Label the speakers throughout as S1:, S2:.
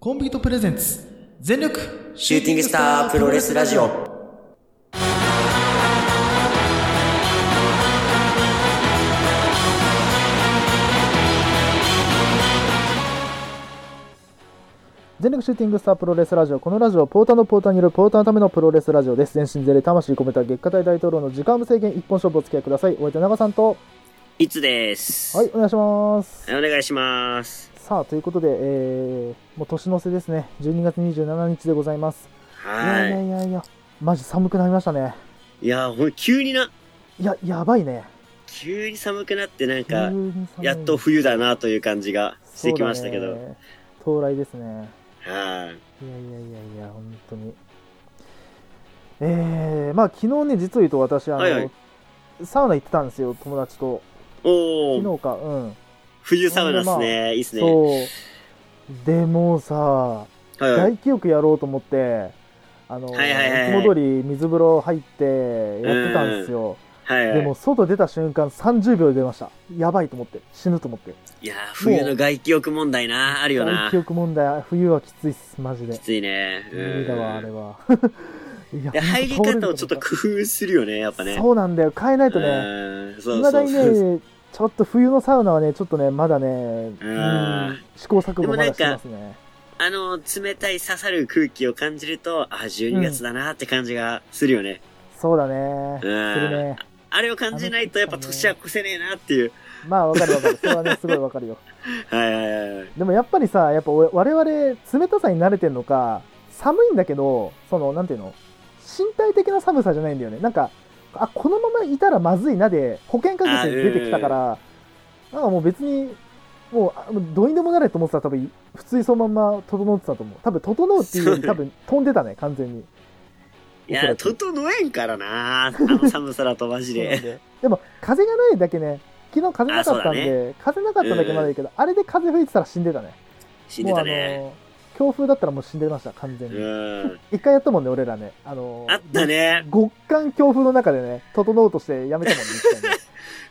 S1: コンビートプレゼンツ全力
S2: シューティングスタープロレスラジオ。
S3: 全力シューティングスタープロレスラジオ。このラジオはポーターのポーターによるポーターのためのプロレスラジオです。全身全霊魂込めた月下大大統領の時間無制限一本勝負お付き合いください。お相手長さんと、
S2: いつです。
S3: はい、お願いします。
S2: はい。お願いします。
S3: さあ、ということで、えー、もう年の瀬ですね。12月27日でございます。いや
S2: はい
S3: やいやいや、マジ寒くなりましたね。
S2: い。いやー、ほん急にな、
S3: いや、やばいね。
S2: 急に寒くなって、なん
S3: 急
S2: か、
S3: に寒い
S2: やっと冬だなという感じがしてきましたけ
S3: そ
S2: ど。
S3: うだね到来ですね。
S2: は
S3: い
S2: い。
S3: やいやいやいや、本当に。えー、まあ昨日ね、実を言うと私、あの、
S2: はいはい
S3: サウナ行ってたんですよ、友達と。
S2: おー、
S3: 昨日か、うん。
S2: 冬サウナっすね。いいっすね。は
S3: そう。でもさ、
S2: いはい。
S3: 大記憶やろうと思って、あの、
S2: はいはいはい
S3: いつも通り水風呂入ってやってたんですよ。
S2: はいはい
S3: でも、外出た瞬間30秒で出ました。やばいと思って、死ぬと思って。
S2: いやー、冬の外気浴問題な、あるよ
S3: 大
S2: な
S3: 記。憶問題、冬はきついっす、マジで
S2: き。ついね。う
S3: 無理だわ、あれ
S2: ん。
S3: は。 いや
S2: で入り方をちょっと工夫するよね、やっぱね。
S3: そうなんだよ、変えないとね。
S2: うん
S3: い
S2: そう
S3: ま
S2: そ
S3: だ
S2: う
S3: に
S2: そう。
S3: ね、ちょっと冬のサウナはね、ちょっとね、まだね、うん試行錯誤まだしてますね。
S2: あの、冷たい刺さる空気を感じると、あ、12月だなって感じがするよね。
S3: そうだね。す
S2: うん
S3: るね。
S2: あれを感じないと、やっぱ年は越せねえなっていう。
S3: まあ、わかるわかる。それはね、すごいわかるよ。
S2: はいはいはいはい。
S3: でもやっぱりさ、やっぱお我々、冷たさに慣れてんのか、寒いんだけど、その、なんていうの身体的な寒さじゃないんだよね。なんか、あ、このままいたらまずいなで、保険かけて出てきたから、なんかもう別に、もうあ、もうどうにでもなれと思ってたら多分、普通にそのまま整ってたと思う。多分、整うっていうより
S2: そう
S3: 多分、飛んでたね、完全に。おそ
S2: いや、
S3: らく
S2: 整えんから なあの寒さだとマジ
S3: そうなん
S2: で。
S3: だよでも、風がないだけね、昨日風なかったん
S2: あ
S3: で、
S2: そ
S3: 風なかっただけまだいいけど、あれで風吹いてたら死んでたね。
S2: 死んでたね。
S3: もうあの強風だったらもう死んでました、完全
S2: う
S3: に。
S2: ん。
S3: 一回やったもんね、俺らね。あのー
S2: あった。ね。
S3: 極寒強風の中でね、整おうとしてやめたもんね、一回ね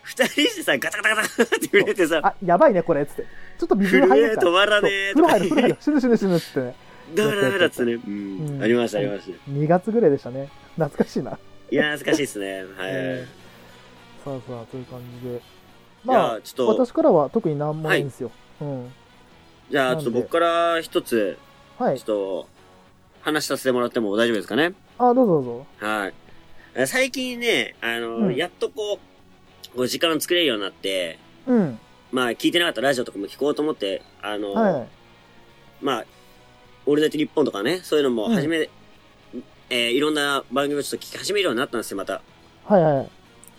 S2: 二人してさ、ガタガタガタって触れてさ、
S3: あ、やばいね、これ、つって。ちょっと水
S2: 震
S3: 風呂入ろ
S2: え
S3: うか。
S2: 止まらねえ
S3: そう風
S2: と
S3: 呂
S2: か
S3: 入る、風呂入る。死ぬ死ぬ死ぬっつってね。
S2: ダメだダメだっつってね。う。
S3: うんん
S2: ありましたありました。
S3: 2月ぐらいでしたね。懐かしいな。
S2: いや、懐かしいですね。はい
S3: うん。そうそう、という感じで。
S2: じゃ
S3: まあ
S2: あ、、ちょっと、
S3: 私からは特に何もないんですよ。うん。
S2: じゃあ、ちょっと僕から一つ、
S3: は
S2: ちょ
S3: い
S2: っ。と、話させてもらっても大丈夫ですかね。
S3: あ、どうぞどうぞ。
S2: はい。え最近ね、あの、
S3: うん
S2: やっとこう、こう時間を作れるようになって、
S3: うん。
S2: まあ聞いてなかったラジオとかも聞こうと思って、あの、
S3: はい。
S2: まあ、オールナイト日本とかね、そういうのも始め、えーいろんな番組をちょっと聞き始めるようになったんですよ、また。
S3: はいは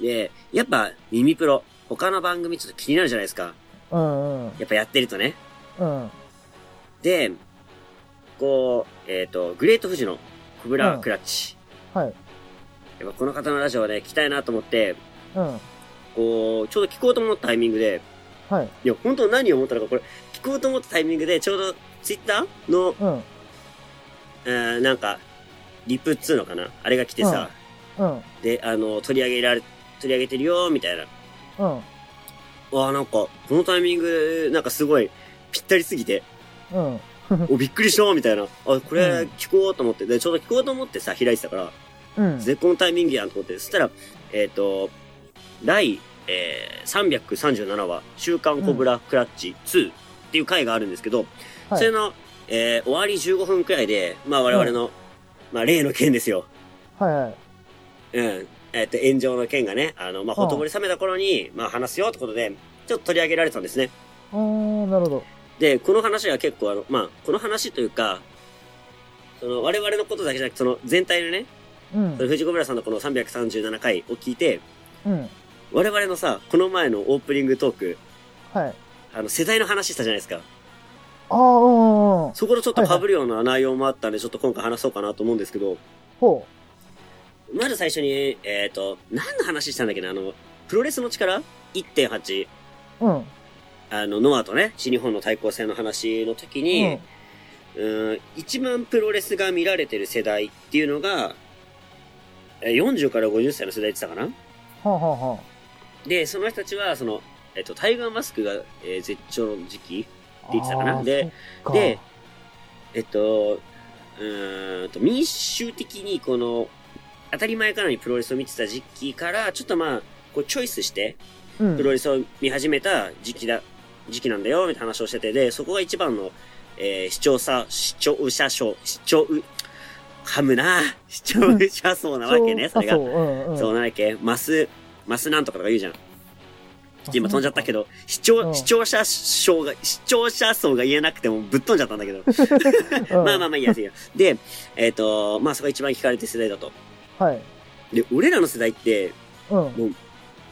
S3: い。
S2: で、やっぱ、耳プロ、他の番組ちょっと気になるじゃないですか。
S3: うんうん。
S2: やっぱやってるとね。
S3: うん。
S2: で、こう、えっ、と、グレート富士のコブラクラッチ。
S3: はい。
S2: やっぱこの方のラジオはね、聞きたいなと思って、
S3: うん。
S2: こう、ちょうど聞こうと思ったタイミングで、
S3: はい。
S2: いや、本当何を思ったのか、これ、聞こうと思ったタイミングで、ちょうど、ツイッターの、
S3: うん。
S2: えーなんか、リプっつうのかなあれが来てさ、
S3: うん。
S2: で、あの、取り上げられ、取り上げてるよーみたいな。
S3: うん。
S2: わあ、なんか、このタイミング、なんかすごい、ぴったりすぎて、
S3: うん。
S2: お、びっくりしたーみたいな。あ、こ
S3: う
S2: れ
S3: ん、
S2: 聞こうと思って、で、ちょうど聞こうと思ってさ、開いてたから、
S3: うん。
S2: 絶好のタイミングやんと思って、そしたら、えっ、と、第、えー、337話、週刊コブラクラッチ2っていう回があるんですけど、
S3: はい
S2: それの、えー終わり15分くらいで、まあ我々の、まあ例の件ですよ。
S3: はいはい。
S2: うん。えっ、と、炎上の件がね、あの、まあ、
S3: うん
S2: ほとぼり冷めた頃に、まあ話すよってことで、ちょっと取り上げられたんですね。
S3: あー、なるほど。
S2: で、この話は結構あの、まあ、この話というか、その我々のことだけじゃなくて、その全体のね、
S3: うん
S2: そ。の藤子村さんのこの337回を聞いて、
S3: うん。
S2: 我々のさ、この前のオープニングトーク、
S3: はい。
S2: あの、世代の話したじゃないですか。
S3: ああ、うんうんうん。
S2: そこのちょっと被るような内容もあったんで、ちょっと今回話そうかなと思うんですけど、
S3: ほ
S2: まず最初に、えっ、と、何の話したんだっけな、あの、プロレスの力 ?1.8、
S3: う。うん。
S2: あの、ノアとね、新日本の対抗戦の話の時に、うーん、一番プロレスが見られてる世代っていうのが、えー40から50歳の世代って言ってたかな
S3: はあ、はあは
S2: で、その人たちは、その、えっ、と、タイガーマスクが、えー絶頂の時期
S3: あ、
S2: て言ってたかな
S3: あー
S2: で、
S3: そっか
S2: で、えっと、うーんと、民衆的にこの、当たり前からにプロレスを見てた時期から、ちょっとまあ、こうチョイスして、
S3: うん
S2: プロレスを見始めた時期だ、時期なんだよ、みたいな話をしてて、で、そこが一番の、えー視聴者、視聴者層、視聴、噛むな視聴者層なわけね、それが
S3: う。うんうん、
S2: そうなんだっけマス、マスなんとかとか言うじゃん。今飛んじゃったけど、視聴、
S3: うん
S2: 視聴者層が、視聴者層が言えなくてもぶっ飛んじゃったんだけど。
S3: ど、
S2: まあまあまあいいや、いいや。で、えっ、と、まあそこが一番聞かれてる世代だと。
S3: あ。はい。
S2: で、俺らの世代って、
S3: う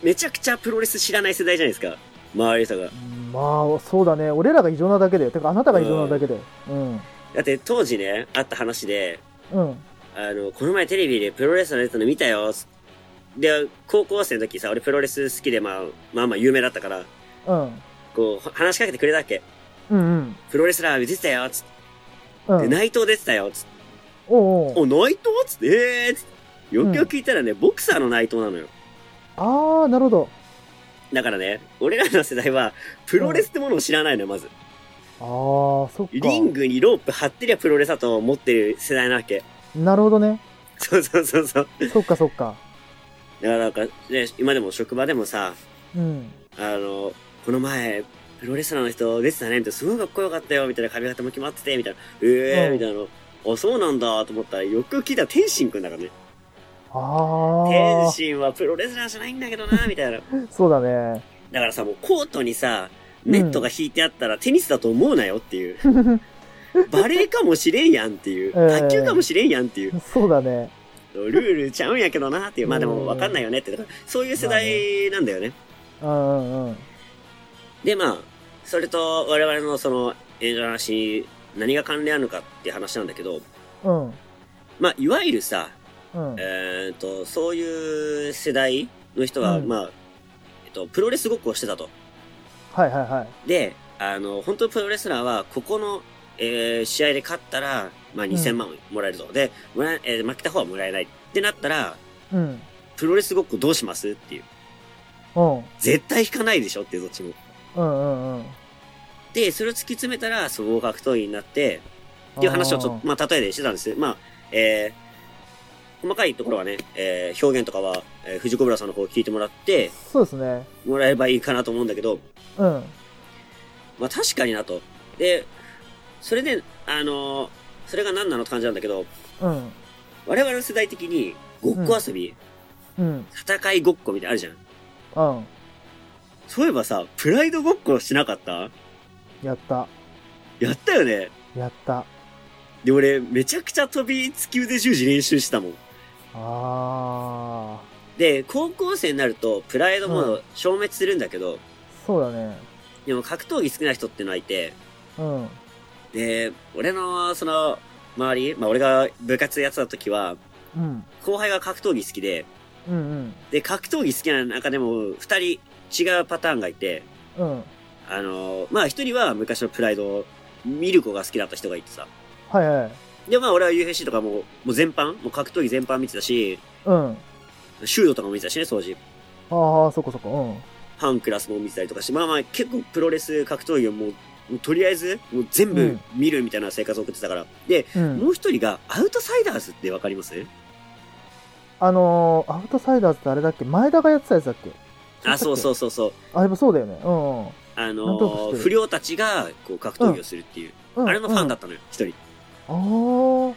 S2: めちゃくちゃプロレス知らない世代じゃないですか。周りの人が。
S3: ん。まあ、そうだね。俺らが異常なだけで。てか、あなたが異常なだけで。うん。
S2: だって当時ね、あった話で、
S3: うん。
S2: あの、この前テレビでプロレスのやつの見たよ。で、高校生の時さ、俺プロレス好きで、まあ、まあまあ有名だったから、
S3: うん。
S2: こう、話しかけてくれたっけ。
S3: うん。
S2: プロレスラー見てたよ、つって。
S3: うん。う
S2: で
S3: ん。
S2: 内藤出てたよ、つって。
S3: おうおう
S2: お、内藤つって、ええー、つって。よくよく聞いたらね、ボクサーの内藤なのよ。
S3: ああ、なるほど。
S2: だからね、俺らの世代は、プロレスってものを知らないのよ、まず。
S3: ああ、そっか。
S2: リングにロープ張ってりゃプロレスだと思ってる世代なわけ。
S3: なるほどね。
S2: そうそうそうそう。
S3: そっかそっか。
S2: だからなんか、ね、今でも職場でもさ、
S3: うん。
S2: あの、この前、プロレスラーの人出てたね、みたいな、すごいかっこよかったよ、みたいな髪型も決まってて、みたいな、ええ
S3: うん
S2: みたいなの。あ、そうなんだ、と思ったら、よく聞いたら天心くんだからね。
S3: あ
S2: 天
S3: あ、
S2: 心はプロレスラーじゃないんだけどな、みたいな。
S3: そうだね。
S2: だからさ、もうコートにさ、ネットが引いてあったらテニスだと思うなよっていう。 バレーかもしれんやんっていう。
S3: ええ
S2: 卓球かもしれんやんっていう。
S3: そうだね。
S2: ルールちゃうんやけどなっていう。まあでもわかんないよねって。だからそういう世代なんだよね。
S3: うんうんうん。
S2: で、まあ、それと我々のその演者の話に何が関連あるのかっていう話なんだけど、
S3: うん。
S2: まあ、いわゆるさ、
S3: うん。
S2: えっ、と、そういう世代の人は、
S3: うん
S2: まあ、えっと、プロレスごっこをしてたと。
S3: はいはいはい。
S2: で、あの、本当にプロレスラーは、ここの、えー試合で勝ったら、まあ、2000万もらえると。で、もらええー負けた方はもらえないってなったら、
S3: うん。
S2: プロレスごっこどうしますっていう。
S3: うん。
S2: 絶対引かないでしょっていう、どっちも。
S3: うんうんうん。
S2: で、それを突き詰めたら、総合格闘技になって、っていう話をちょっと、まあ、例えでしてたんです。まあ、えー細かいところはね、えー表現とかは、えー藤子村さんの方を聞いてもらって、
S3: そうですね。
S2: もらえればいいかなと思うんだけど、
S3: うん。
S2: まあ確かになと。で、それで、あのーそれが何なのって感じなんだけど、
S3: うん。
S2: 我々の世代的に、ごっこ遊び、
S3: うん。
S2: 戦いごっこみたいなのあるじゃん。
S3: うん。
S2: そういえばさ、プライドごっこしなかった
S3: やった。
S2: やったよね。
S3: やった。
S2: で、俺、めちゃくちゃ飛びつき腕十字練習したもん。
S3: ああ、
S2: で、高校生になると、プライド
S3: う
S2: も消滅するんだけど、
S3: そうだね。
S2: でも格闘技好きな人っていうのはいて、
S3: うん。
S2: で、俺の、その、周り、まあ俺が部活やってた時は、
S3: うん。
S2: 後輩が格闘技好きで、
S3: うん
S2: で、格闘技好きな中でも、二人違うパターンがいて、
S3: うん。うん。
S2: あの、まあ一人は昔のプライドを見る子が好きだった人がいてさ。
S3: はいはい。
S2: で、まあ俺は UFC とかも、もう全般、もう格闘技全般見てたし、
S3: うん。
S2: 修道とかも見てたしね、当時。
S3: ああ、そこそこ。うん。
S2: ファンクラスも見てたりとかして、まあまあ結構プロレス格闘技をもう、もうとりあえず、もう全
S3: う
S2: 部
S3: ん
S2: 見るみたいな生活を送ってたから。で、
S3: うん。
S2: もう一人がアウトサイダーズってわかります
S3: あのー、アウトサイダーズってあれだっけ前田がやってたやつだっけ。
S2: あ、そうそううそうそう。
S3: あ、やっぱそうだよね。うんうん。
S2: あ
S3: なんとなく知っ
S2: の
S3: てる
S2: 不良たちがこう格闘技をするっていう。
S3: うん
S2: あれのファンだったのよ、一人。
S3: うんあ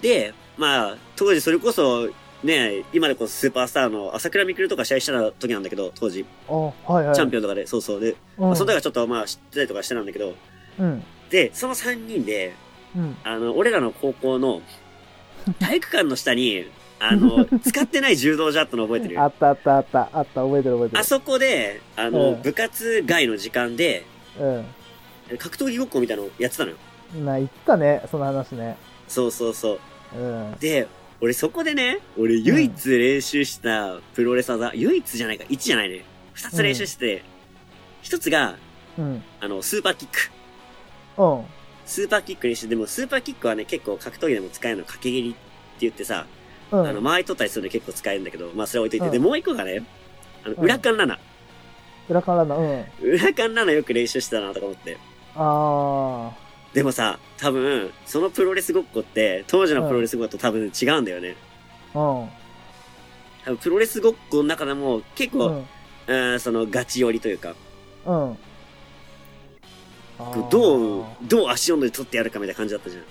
S2: で、まあ、当時それこそ、ね、今でこそスーパースターの朝倉未来とか試合してた時なんだけど、当時、チ
S3: あ。あはいはい。
S2: ャンピオンとかで、そうそう。で、
S3: オ
S2: まあ、その時はちょっとまあ知ってたりとかしてたんだけど、
S3: うん。
S2: で、その3人で、
S3: うん。
S2: あの、俺らの高校の 体育館の下に、あの、使ってない柔道ジャットの覚えてる
S3: あったあったあった。あった。覚えてる覚えてる。
S2: あそこで、あの、
S3: うん
S2: 部活外の時間で、格闘技ごっこみたいなのやってたのよ。
S3: うん。な、言ったね。その話ね。
S2: そうそうそ
S3: う
S2: う。
S3: ん。
S2: で、俺そこでね、俺唯一練習したプロレス技、唯一じゃないか、1じゃないね。2つ練習してて、1つが、
S3: うん。
S2: あの、スーパーキック。
S3: うん。
S2: スーパーキック練習。でも、スーパーキックはね、結構格闘技でも使えるの、掛け蹴りって言ってさ、
S3: うん。
S2: あの、間合い取ったりするの結構使えるんだけど、まあ、それは置いといて。
S3: うん
S2: で、もう一個がね、あの、
S3: うん
S2: 裏勘ラナ。
S3: 裏からな、うん。
S2: 裏勘ラナよく練習してたな、とか思って。
S3: あ
S2: でもさ、多分、そのプロレスごっこって、当時のプロレスごっこと多分違うんだよね。
S3: うん。
S2: 多分プロレスごっこの中でも結
S3: う
S2: 構、
S3: ん。
S2: うん、そのガチ寄りというか、
S3: うん。
S2: ど
S3: あ
S2: う
S3: ー、
S2: どう足音で取ってやるかみたいな感じだったじゃん。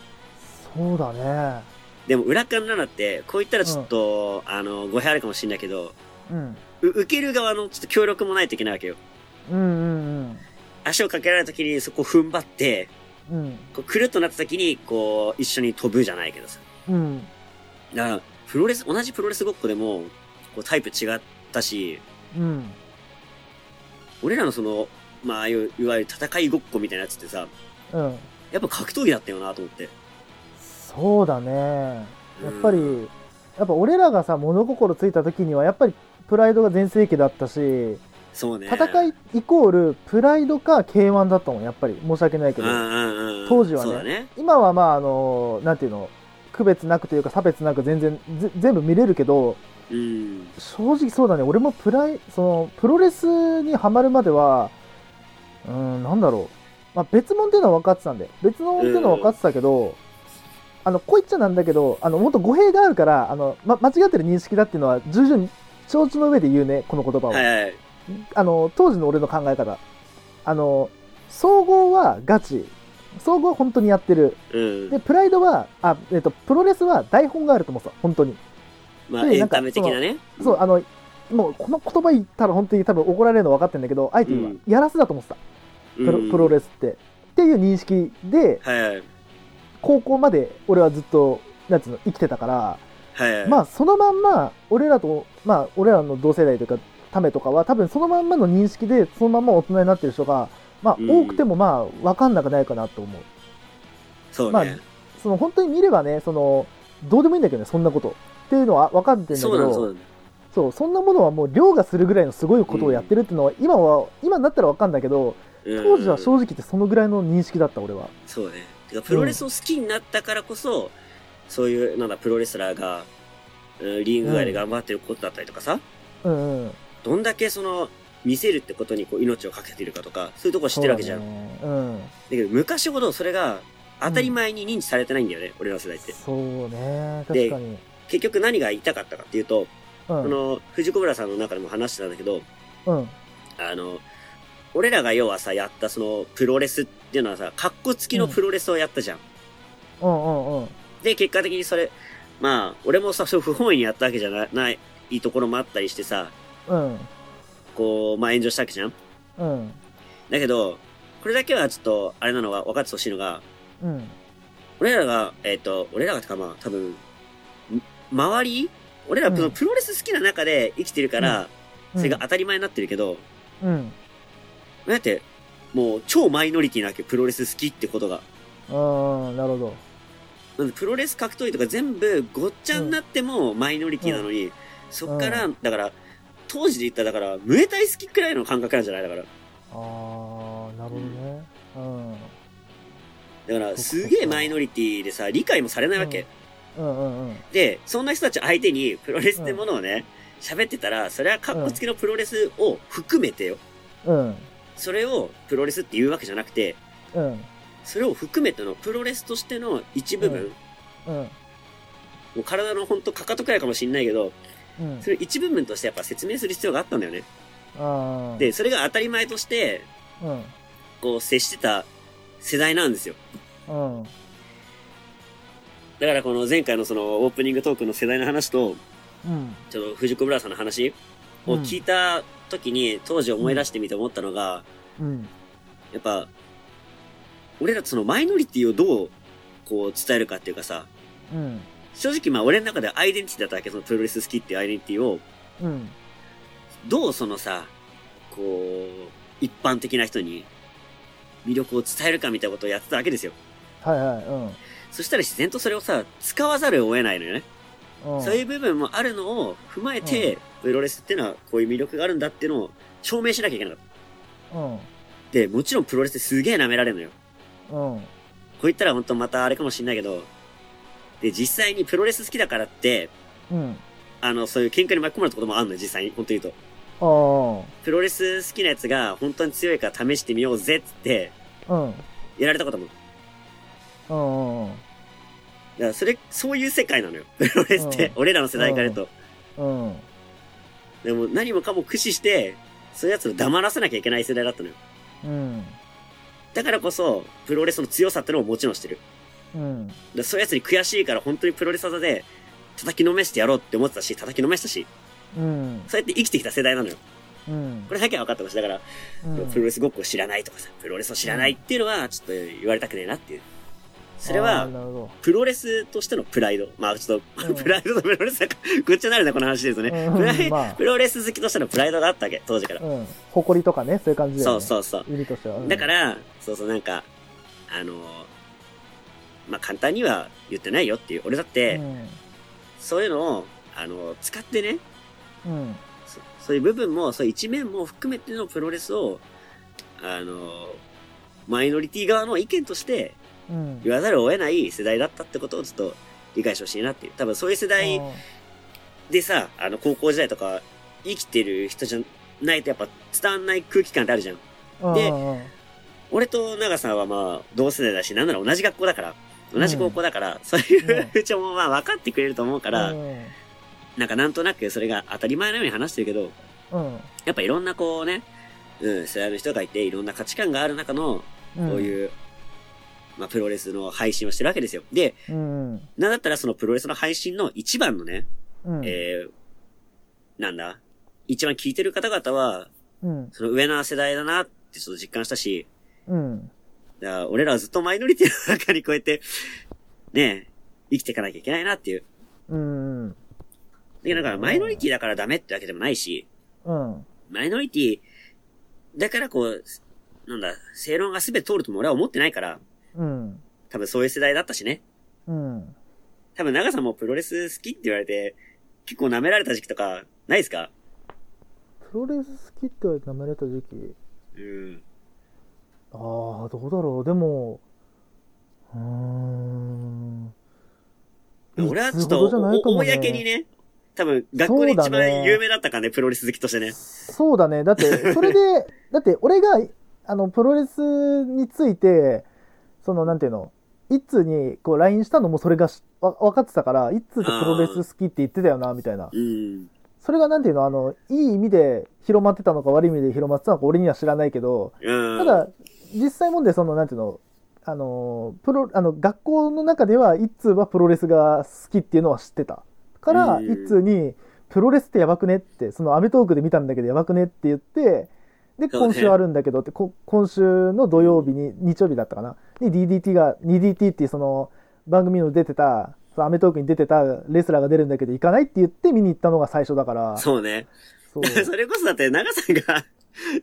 S3: そうだね。
S2: でも、裏から7って、こう言ったらちょっと、あの、語弊あるかもしれないけど、
S3: うん。
S2: う受ける側のちょっと協力もないといけないわけよ。
S3: うんうん
S2: 足をかけられた時にそこ踏ん張って、
S3: うん。うん。
S2: こうくるっとなった時に、こう、一緒に飛ぶじゃないけどさ。
S3: うん。
S2: だから、プロレス、同じプロレスごっこでも、こうタイプ違ったし、
S3: うん。
S2: 俺らのその、まあ、ああいう、いわゆる戦いごっこみたいなやつってさ、
S3: うん。
S2: やっぱ格闘技だったよなと思って。
S3: そうだね。
S2: うん
S3: やっぱり、やっぱ俺らがさ、物心ついた時には、やっぱりプライドが全盛期だったし、
S2: そうね。
S3: 戦
S2: い
S3: いイコールプライドか K1 だったもん、やっぱり。申し訳ないけ
S2: うん
S3: ど。
S2: うんうん。
S3: 当時はね
S2: そうだね。
S3: 今はまあ、あの、なんていうの、区別なくというか差別なく全然、ぜ全部見れるけど、
S2: うん。
S3: 正直そうだね、俺もプライ、その、プロレスにハマるまでは、うーん、なんだろう。まあ、別物っていうのは分かってたんで、別物っていうのは分かってたけど、あの、こう言っちゃなんだけど、あの、もっと語弊があるから、あの、ま、間違ってる認識だっていうのは、徐々に承知の上で言うね、この言葉を。
S2: はいはい。
S3: あの、当時の俺の考え方。あの、総合はガチ。総合は本当にやってる。
S2: うん。
S3: で、プライドは、あ、えっ、と、プロレスは台本があると思ってた、本当に。そ
S2: まあ、
S3: れで
S2: エ
S3: なん
S2: ン
S3: か
S2: タメ的なね。
S3: そう、あの、もうこの言葉言ったら本当に多分怒られるの分かってんだけど、あえて今、
S2: うん
S3: やらせだと思ってた。
S2: プ
S3: プロ,、プロレ
S2: ス。
S3: スって。っていう認識で、
S2: はいはい。
S3: 高校まで俺はずっと、なんつうの、生きてたから、
S2: はいはい。
S3: まあそのまんま、俺らと、まあ俺らの同世代というか、ためとかは、多分そのまんまの認識で、そのまんま大人になってる人が、まあ
S2: うん
S3: 多くてもまあ分かんなくないかなと思う。
S2: そう
S3: まあ
S2: ね。
S3: その本当に見ればね、その、どうでもいいんだけどね、そんなこと。っていうのは分かってるんだけど、
S2: そうなの、そうなの。
S3: そう、そんなものはもう量がするぐらいのすごいことをやってるっていうのは、今は、今になったらわかんだけど、
S2: うん
S3: 当時は正直言ってそのぐらいの認識だった、俺は。
S2: そうね。てか、プロレスを好きになったからこそ、そういう、なんだ、プロレスラーが、うんリング外で頑張ってることだったりとかさ、
S3: うんうん。
S2: どんだけその、見せるってことにこう命をかけてるかとか、そういうとこ知ってるわけじゃん。だ
S3: そうだねうん。
S2: けど、昔ほどそれが当たり前に認知されてないんだよね、俺らの世代って。
S3: そうね、
S2: で
S3: 確かに。
S2: 結局何が言いたかったかっていうと、
S3: う
S2: あ
S3: ん。
S2: の、藤子村さんの中でも話してたんだけど、
S3: うん。
S2: あの、俺らが要はさ、やったその、プロレスっていうのはさ、カッコ付きのプロレスをやったじゃん。
S3: うんうんうん。
S2: で、結果的にそれ、まあ、俺もさ、そう不本意にやったわけじゃなない、いいところもあったりしてさ、
S3: うん。
S2: こう、まあ炎上したわけじゃん。
S3: うん。
S2: だけど、これだけはちょっと、あれなのが、分かってほしいのが、
S3: うん。
S2: 俺らが、えっ、と、俺らがてかまあ、多分、ん周り俺ら
S3: うん
S2: そのプロレス好きな中で生きてるから、それが当たり前になってるけど、
S3: うん。
S2: だって、もう超マイノリティなわけよプロレス好きってことが。
S3: うん。なるほど。
S2: なんでプロレス格闘技とか全部ごっちゃになってもマイノリティなのに、そっから、だから、当時で言ったらだから、ムエタイ好きくらいの感覚なんじゃないだから。
S3: ああ、なるほどね。うん。
S2: だから、すげえマイノリティでさ、理解もされないわけ。
S3: うんうんうん。
S2: で、そんな人たち相手にプロレスってものをね、喋ってたら、それはカッコつきのプロレスを含めてよ。
S3: うん。
S2: それをプロレスって言うわけじゃなくて、
S3: うん。
S2: それを含めてのプロレスとしての一部分、
S3: ううん。
S2: もう体のほんとかかとくらいかもしんないけど、
S3: うん
S2: そ。れを一部分としてやっぱ説明する必要があったんだよね。
S3: あー
S2: で、それが当たり前として、
S3: うん。
S2: こう接してた世代なんですよ。
S3: うん。
S2: だからこの前回のそのオープニングトークの世代の話と、
S3: うん。
S2: ちょっと藤子ブラさんの話を聞いた時に、当時思い出してみて思ったのが、
S3: うん。
S2: やっぱ、俺らとそのマイノリティをどう、こう伝えるかっていうかさ、
S3: うん。
S2: 正直まあ俺の中ではアイデンティティだったわけ、そのプロレス好きっていうアイデンティティを、
S3: うん。
S2: どうそのさ、こう、一般的な人に魅力を伝えるかみたいなことをやってたわけですよ。
S3: はいはい。うん。
S2: そしたら自然とそれをさ、使わざるを得ないのよね。
S3: うん
S2: そういう部分もあるのを踏まえて、プロレスってのはこういう魅力があるんだっていうのを証明しなきゃいけなかった。
S3: うん。
S2: で、もちろんプロレスってすげえ舐められるのよ。
S3: うん。
S2: こう言ったらほんとまたあれかもしんないけど、で、実際にプロレス好きだからって、
S3: うん。
S2: あの、そういう喧嘩に巻き込まれたこともあるのよ、実際に。本当言うと。
S3: あ
S2: プロレス好きなやつが本当に強いから試してみようぜっつって、
S3: あ。うん。
S2: やられたことも。
S3: うんうん
S2: だからそれ、そういう世界なのよ。 プロレスって、
S3: うん
S2: 俺らの世代から言うと。
S3: うんうん
S2: でも何もかも駆使して、そういう奴を黙らせなきゃいけない世代だったのよ。
S3: うん
S2: だからこそ、プロレスの強さってのをもちろんしてる。
S3: うん
S2: だからそういう奴に悔しいから本当にプロレス技で叩きのめしてやろうって思ってたし、叩きのめしたし、
S3: うん
S2: そうやって生きてきた世代なのよ。
S3: うん
S2: これだけは分かってほしい。だから、プロレスごっこを知らないとかさ、プロレスを知らないっていうのはちょっと言われたくねえなっていう。それ
S3: あ
S2: は
S3: ー、なるほど
S2: プロレスとしてのプライド。まあちょっと、
S3: うん
S2: プライドとプロ レスがごっちゃになるね、この話ですとね。
S3: うん
S2: プライ
S3: まあ
S2: プロレス好きとしてのプライドがあったわけ、当時から。
S3: うん誇りとかねそういう感じで、ね、
S2: そうそうそう。
S3: 売りとしては、うん
S2: だから、そうそう、なんか、あのーまあ簡単には言ってないよっていう。俺だって、
S3: うん
S2: そういうのを、あのー使ってね、
S3: うん
S2: そそういう部分も、そういう一面も含めてのプロレスを、あのーマイノリティ側の意見として
S3: うん
S2: 言わざるを得ない世代だったってことをちょっと理解してほしいなっていう。多分そういう世代
S3: うん
S2: でさ、あの、高校時代とか生きてる人じゃないとやっぱ伝わんない空気感ってあるじゃん。で
S3: うんうんうん
S2: 俺と長さんはまあ、同世代だし、なんなら同じ学校だから、同じ高校だから、そういう風潮もまあ分かってくれると思うから、
S3: うん
S2: なんかなんとなくそれが当たり前のように話してるけど、
S3: うん
S2: やっぱいろんなこうね、うん、世代の人がいて、いろんな価値観がある中の、こういう、まあ、プロレスの配信をしてるわけですよ。で、
S3: うんうん
S2: なんだったらそのプロレスの配信の一番のね、
S3: うん
S2: えー、なんだ、一番聞いてる方々は、
S3: うん
S2: その上な世代だなってちょっと実感したし、
S3: うん
S2: だから俺らはずっとマイノリティの中にこうやって、ねえ、生きていかなきゃいけないなっていう。
S3: うんうん
S2: で、だからマイノリティだからダメってわけでもないし、
S3: うん
S2: マイノリティ、だからこう、なんだ、正論が全て通るとも俺は思ってないから、
S3: うん
S2: 多分そういう世代だったしね。
S3: うん
S2: 多分長さんもプロレス好きって言われて、結構舐められた時期とか、ないですか
S3: プロレス好きって言われて舐められた時期
S2: うん。
S3: ああどうだろうでもうーん
S2: 俺はちょっ
S3: いつほどじゃ
S2: と、
S3: ないか
S2: お
S3: もね
S2: 公にね、多分学校で一
S3: そうだ
S2: 番
S3: ね
S2: 有名だったからね、プロレス好きとしてね。
S3: そうだねだってそれでだって俺があのプロレスについてそのなんていうの一通にこう LINE したのもそれがしわ分かってたから一通ってプロレス好きって言ってたよなみたいな
S2: うん。
S3: それがなんていうのあのいい意味で広まってたのか悪い意味で広まってたのか俺には知らないけど
S2: う
S3: た
S2: ん。
S3: だ実際問題そのなんていうのあのプロあの学校の中では一通はプロレスが好きっていうのは知ってたから
S2: うん
S3: 一通に「プロレスってやばくね?」ってその『アメトーーク』で見たんだけどやばくねって言ってで
S2: そうね
S3: 今週あるんだけどってこ今週の土曜日に日曜日だったかなに DDT が 2DT っていうその番組の出てたその『アメトーーク』に出てたレスラーが出るんだけど行かないって言って見に行ったのが最初だから
S2: そうね。
S3: そう
S2: それこそだって、長さんが、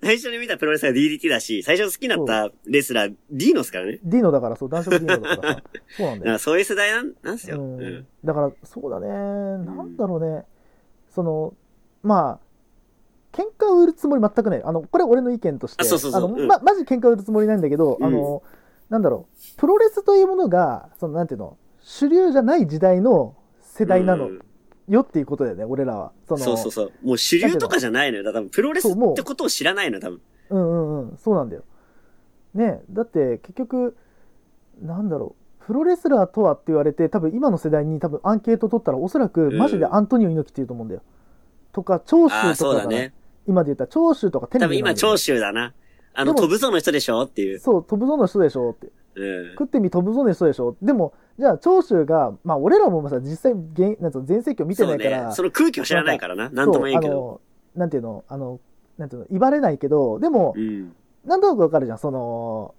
S2: 最初に見たプロレスラー DDT だし、最初好きになったレスラー、ディーノスからね。
S3: ディーノだからそう男色ディーノだ からさそうなん
S2: だ
S3: だ
S2: か
S3: よ
S2: らそういう世代なん、なんすよ。う
S3: うん
S2: ん。
S3: だからそうだね、なんだろうねそのまあ喧嘩を売るつもり全くないあのこれは俺の意見として
S2: あそうそうそう
S3: あの
S2: うん
S3: まマジ喧嘩を売るつもりないんだけど、
S2: うん
S3: あのなんだろうプロレスというものがそのなんていうの主流じゃない時代の世代なの
S2: うん
S3: よっていうことだよね、俺らはその
S2: そうそうそう。もう主流とかじゃないのよ。だから多分プロレス
S3: そうも
S2: っ
S3: う
S2: てことを知らないのよ、多分。
S3: うんうんうんそうなんだよねだって結局なんだろうプロレスラーとはって言われて多分今の世代に多分アンケート取ったらおそらく
S2: うん
S3: マジでアントニオ猪木っていうと思うんだよ、とか長州
S2: ああ、
S3: と
S2: そう
S3: か
S2: だ
S3: が、
S2: ね。
S3: 今で言ったら長州とかテレ
S2: 多
S3: ビ
S2: 分
S3: で
S2: 今、長州だな。あの、
S3: でも
S2: 飛ぶぞの人でしょっていう。
S3: そう飛ぶぞの人でしょって
S2: うん。
S3: 食ってみ飛ぶぞの人でしょでもじゃあ長州がまあ俺らもさ実際現なんつうの全盛期を見て
S2: そ
S3: な
S2: う
S3: いから
S2: ね。その空気を知らないからな。なんとも言えんけど。
S3: そうあのなんていうのあのなんていうの威張れないけどでも、
S2: うん。
S3: なんとなくわかるじゃん、その、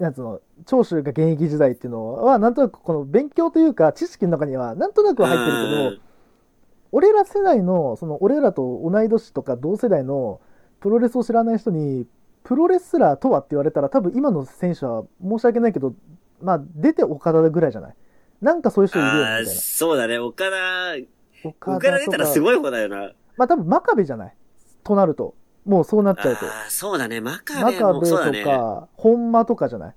S3: なんつうの、長州が現役時代っていうのは、なんとなくこの勉強というか、知識の中には、なんとなくは入ってるけど、俺ら世代の、その、俺らと同い年とか同世代の、プロレスを知らない人に、プロレスラーとはって言われたら、多分今の選手は申し訳ないけど、まあ、出て岡田ぐらいじゃないなんかそういう人いるよね
S2: ああ
S3: み
S2: ー、
S3: たいな。
S2: そうだね。岡田、
S3: 岡
S2: 岡田出たらす
S3: い。
S2: ごい方だよな。
S3: まあ、多分真壁じゃないとなると。もうそうなっちゃうと。
S2: ああ、そうだね。真
S3: 真
S2: 壁
S3: 壁
S2: も
S3: と
S2: そうだ
S3: か、
S2: ね。
S3: 本間とかじゃない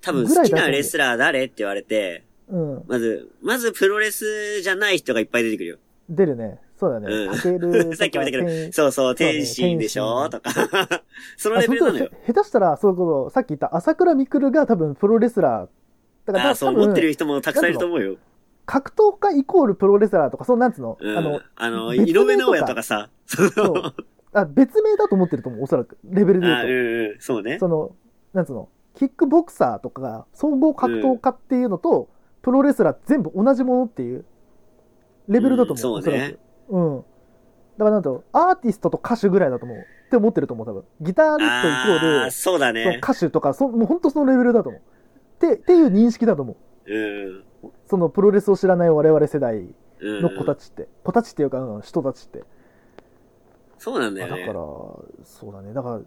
S2: 多分
S3: ぐら
S2: 好
S3: い
S2: き
S3: だと
S2: な
S3: 思う
S2: レスラー誰って言われて、
S3: うん。
S2: まず、まずプロレスじゃない人がいっぱい出てくるよ。
S3: 出るね。そうだね。
S2: うん
S3: かけるとか
S2: さっきも言ったけ
S3: 天
S2: ど、そうそう、
S3: そうね
S2: 天心でしょと
S3: 天
S2: か。 その
S3: あ
S2: レ
S3: そ
S2: ベ
S3: う
S2: ルなの
S3: だ
S2: よ
S3: へ。下手したら、そういうこと、さっき言った朝倉未来が多分プロレスラーだから
S2: あ
S3: 多
S2: あ、
S3: 分
S2: そう思ってる人もたくさんいると思うよ。
S3: 格闘家イコールプロレスラーとか、そのなんつうの、
S2: うん。
S3: あの、
S2: あの、
S3: 別名
S2: 井
S3: とか
S2: 上尚弥とかさ、そう
S3: そうあ別名だと思ってると思う、おそらく。レベルで
S2: あうん
S3: 言う
S2: うん、そうね
S3: と。。その、なんつうの、キックボクサーとかが総合格闘家っていうのと、プロレスラー全部同じものっていうレベルだと思う、
S2: う
S3: お
S2: んそ
S3: そう
S2: ね
S3: らく。うん。だからなんと、アーティストと歌手ぐらいだと思う。って思ってると思う、多分。ギタリストイコー
S2: あ
S3: ル
S2: あ、、そうだ
S3: その
S2: ね。
S3: 歌手とか、そもう本当そのレベルだと思う。って、っていう認識だと思う。
S2: うん。
S3: そのプロレスを知らない我々世代
S2: うん
S3: の子たちって。子たちっていうか、うん、人たちって。
S2: そうなんだ
S3: あ
S2: よ
S3: だ
S2: ね。
S3: から、そうだね。だから、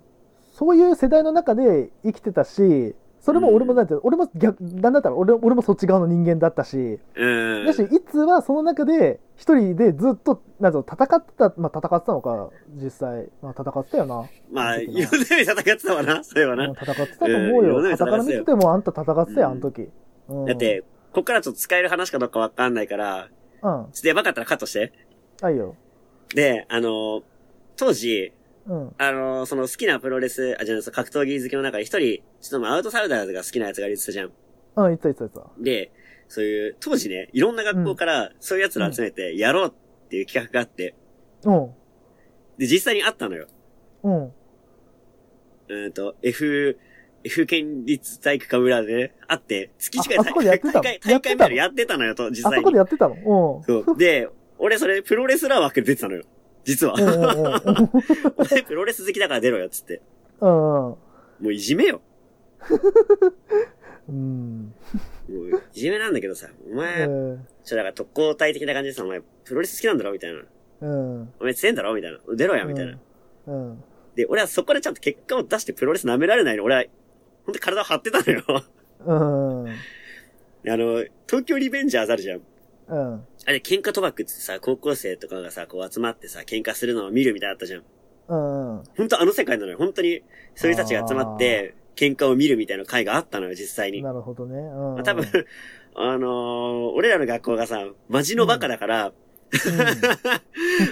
S3: そういう世代の中で生きてたし、それも俺もだって、俺も逆、なんだったら俺俺もそっち側の人間だったし、
S2: うん。
S3: だし、いつはその中で、一人でずっと、なんぞ戦ってた、まあ戦ってたのか、実際。まあ戦ってたよな。
S2: まあ、
S3: そ
S2: い
S3: の
S2: ろん
S3: 時
S2: な意味で戦ってたわな、 それは
S3: なう。
S2: なん
S3: 戦ってたと思うよ。
S2: うんいろんな意味で
S3: 傍
S2: 戦ってたよ
S3: から見ててもあんた戦ってたよ、
S2: うん
S3: あの時。うん
S2: だっ、て、こっからちょっと使える話かどうかわかんないか
S3: う
S2: ら、
S3: ん。
S2: ちょっとやばかったらカットして。
S3: あいいよ。
S2: で、あの、当時、
S3: うん。
S2: あの、その好きなプロレス、あ、じゃない格闘技好きの中で一人、ちょっとアウトサウダーズが好きなやつがいてたじゃん。
S3: うん、いついついつ。
S2: で、そういう、当時ね、いろんな学校からそういうやつら集めてやろうっていう企画があって、
S3: うん。
S2: で、実際にあったのよ。
S3: うん。
S2: うーんと、F、F 県立体育館裏でね、あって、月1
S3: ああそこ
S2: 回
S3: でやって
S2: 大会、
S3: たの
S2: 大会、大会みたいなのやってたのよ、と、実
S3: あ
S2: 際
S3: そこ
S2: に
S3: で。やってたの うん。
S2: そう。で、俺それプロレスラー枠で出てたのよ。実 は
S3: う。んうんうん
S2: 俺プロレス好きだから出ろよ、つって。
S3: うん。うん
S2: もういじめよ。
S3: うん。
S2: もういじめなんだけどさ、お前、
S3: うん。
S2: ちょ、だから特攻隊的な感じでさ、お前プロレス好きなんだろみたいな。
S3: うん。
S2: お前強いんだろみたいな。出ろや、みたいな。
S3: うん。
S2: で、俺はそこでちゃんと結果を出してプロレス舐められないの。俺は、ほんと体を張ってたのよ。
S3: うん。
S2: であの、東京リベンジャーズあるじゃん。
S3: うん。
S2: あれ、喧嘩賭博ってさ、高校生とかがさ、こう集まってさ、喧嘩するのを見るみたいだったじゃ
S3: う
S2: ん。
S3: ん。
S2: ほんとあの世界なのよ。本当に、そういう人たちが集まって、喧嘩を見るみたいな会があったのよ、実際に。
S3: なるほどね。うん。
S2: まあ、多分、 あのー俺らの学校がさ、マジのバカだから、
S3: うん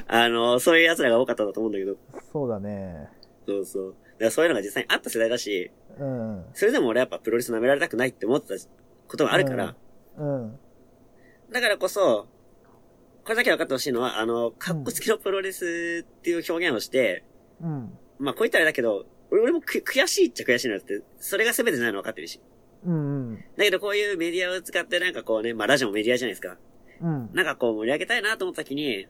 S2: あのーそういう奴らが多かったんだと思うんだけど、
S3: そうだね。
S2: そうそう。だからそういうのが実際にあった世代だし、
S3: うん。
S2: それでも俺やっぱプロレス舐められたくないって思ってたことがあるから、
S3: うん。
S2: だからこそ、これだけ分かってほしいのは、あの、カッコつきのプロレスっていう表現をして、
S3: うん。
S2: まあこういったらあれだけど、俺俺もく悔しいっちゃ悔しいのよって、それが全てじゃないの分かってるし。
S3: うん。
S2: だけどこういうメディアを使ってなんかこうね、まあラジオもメディアじゃないですか。
S3: うん。
S2: なんかこう盛り上げたいなと思った時に、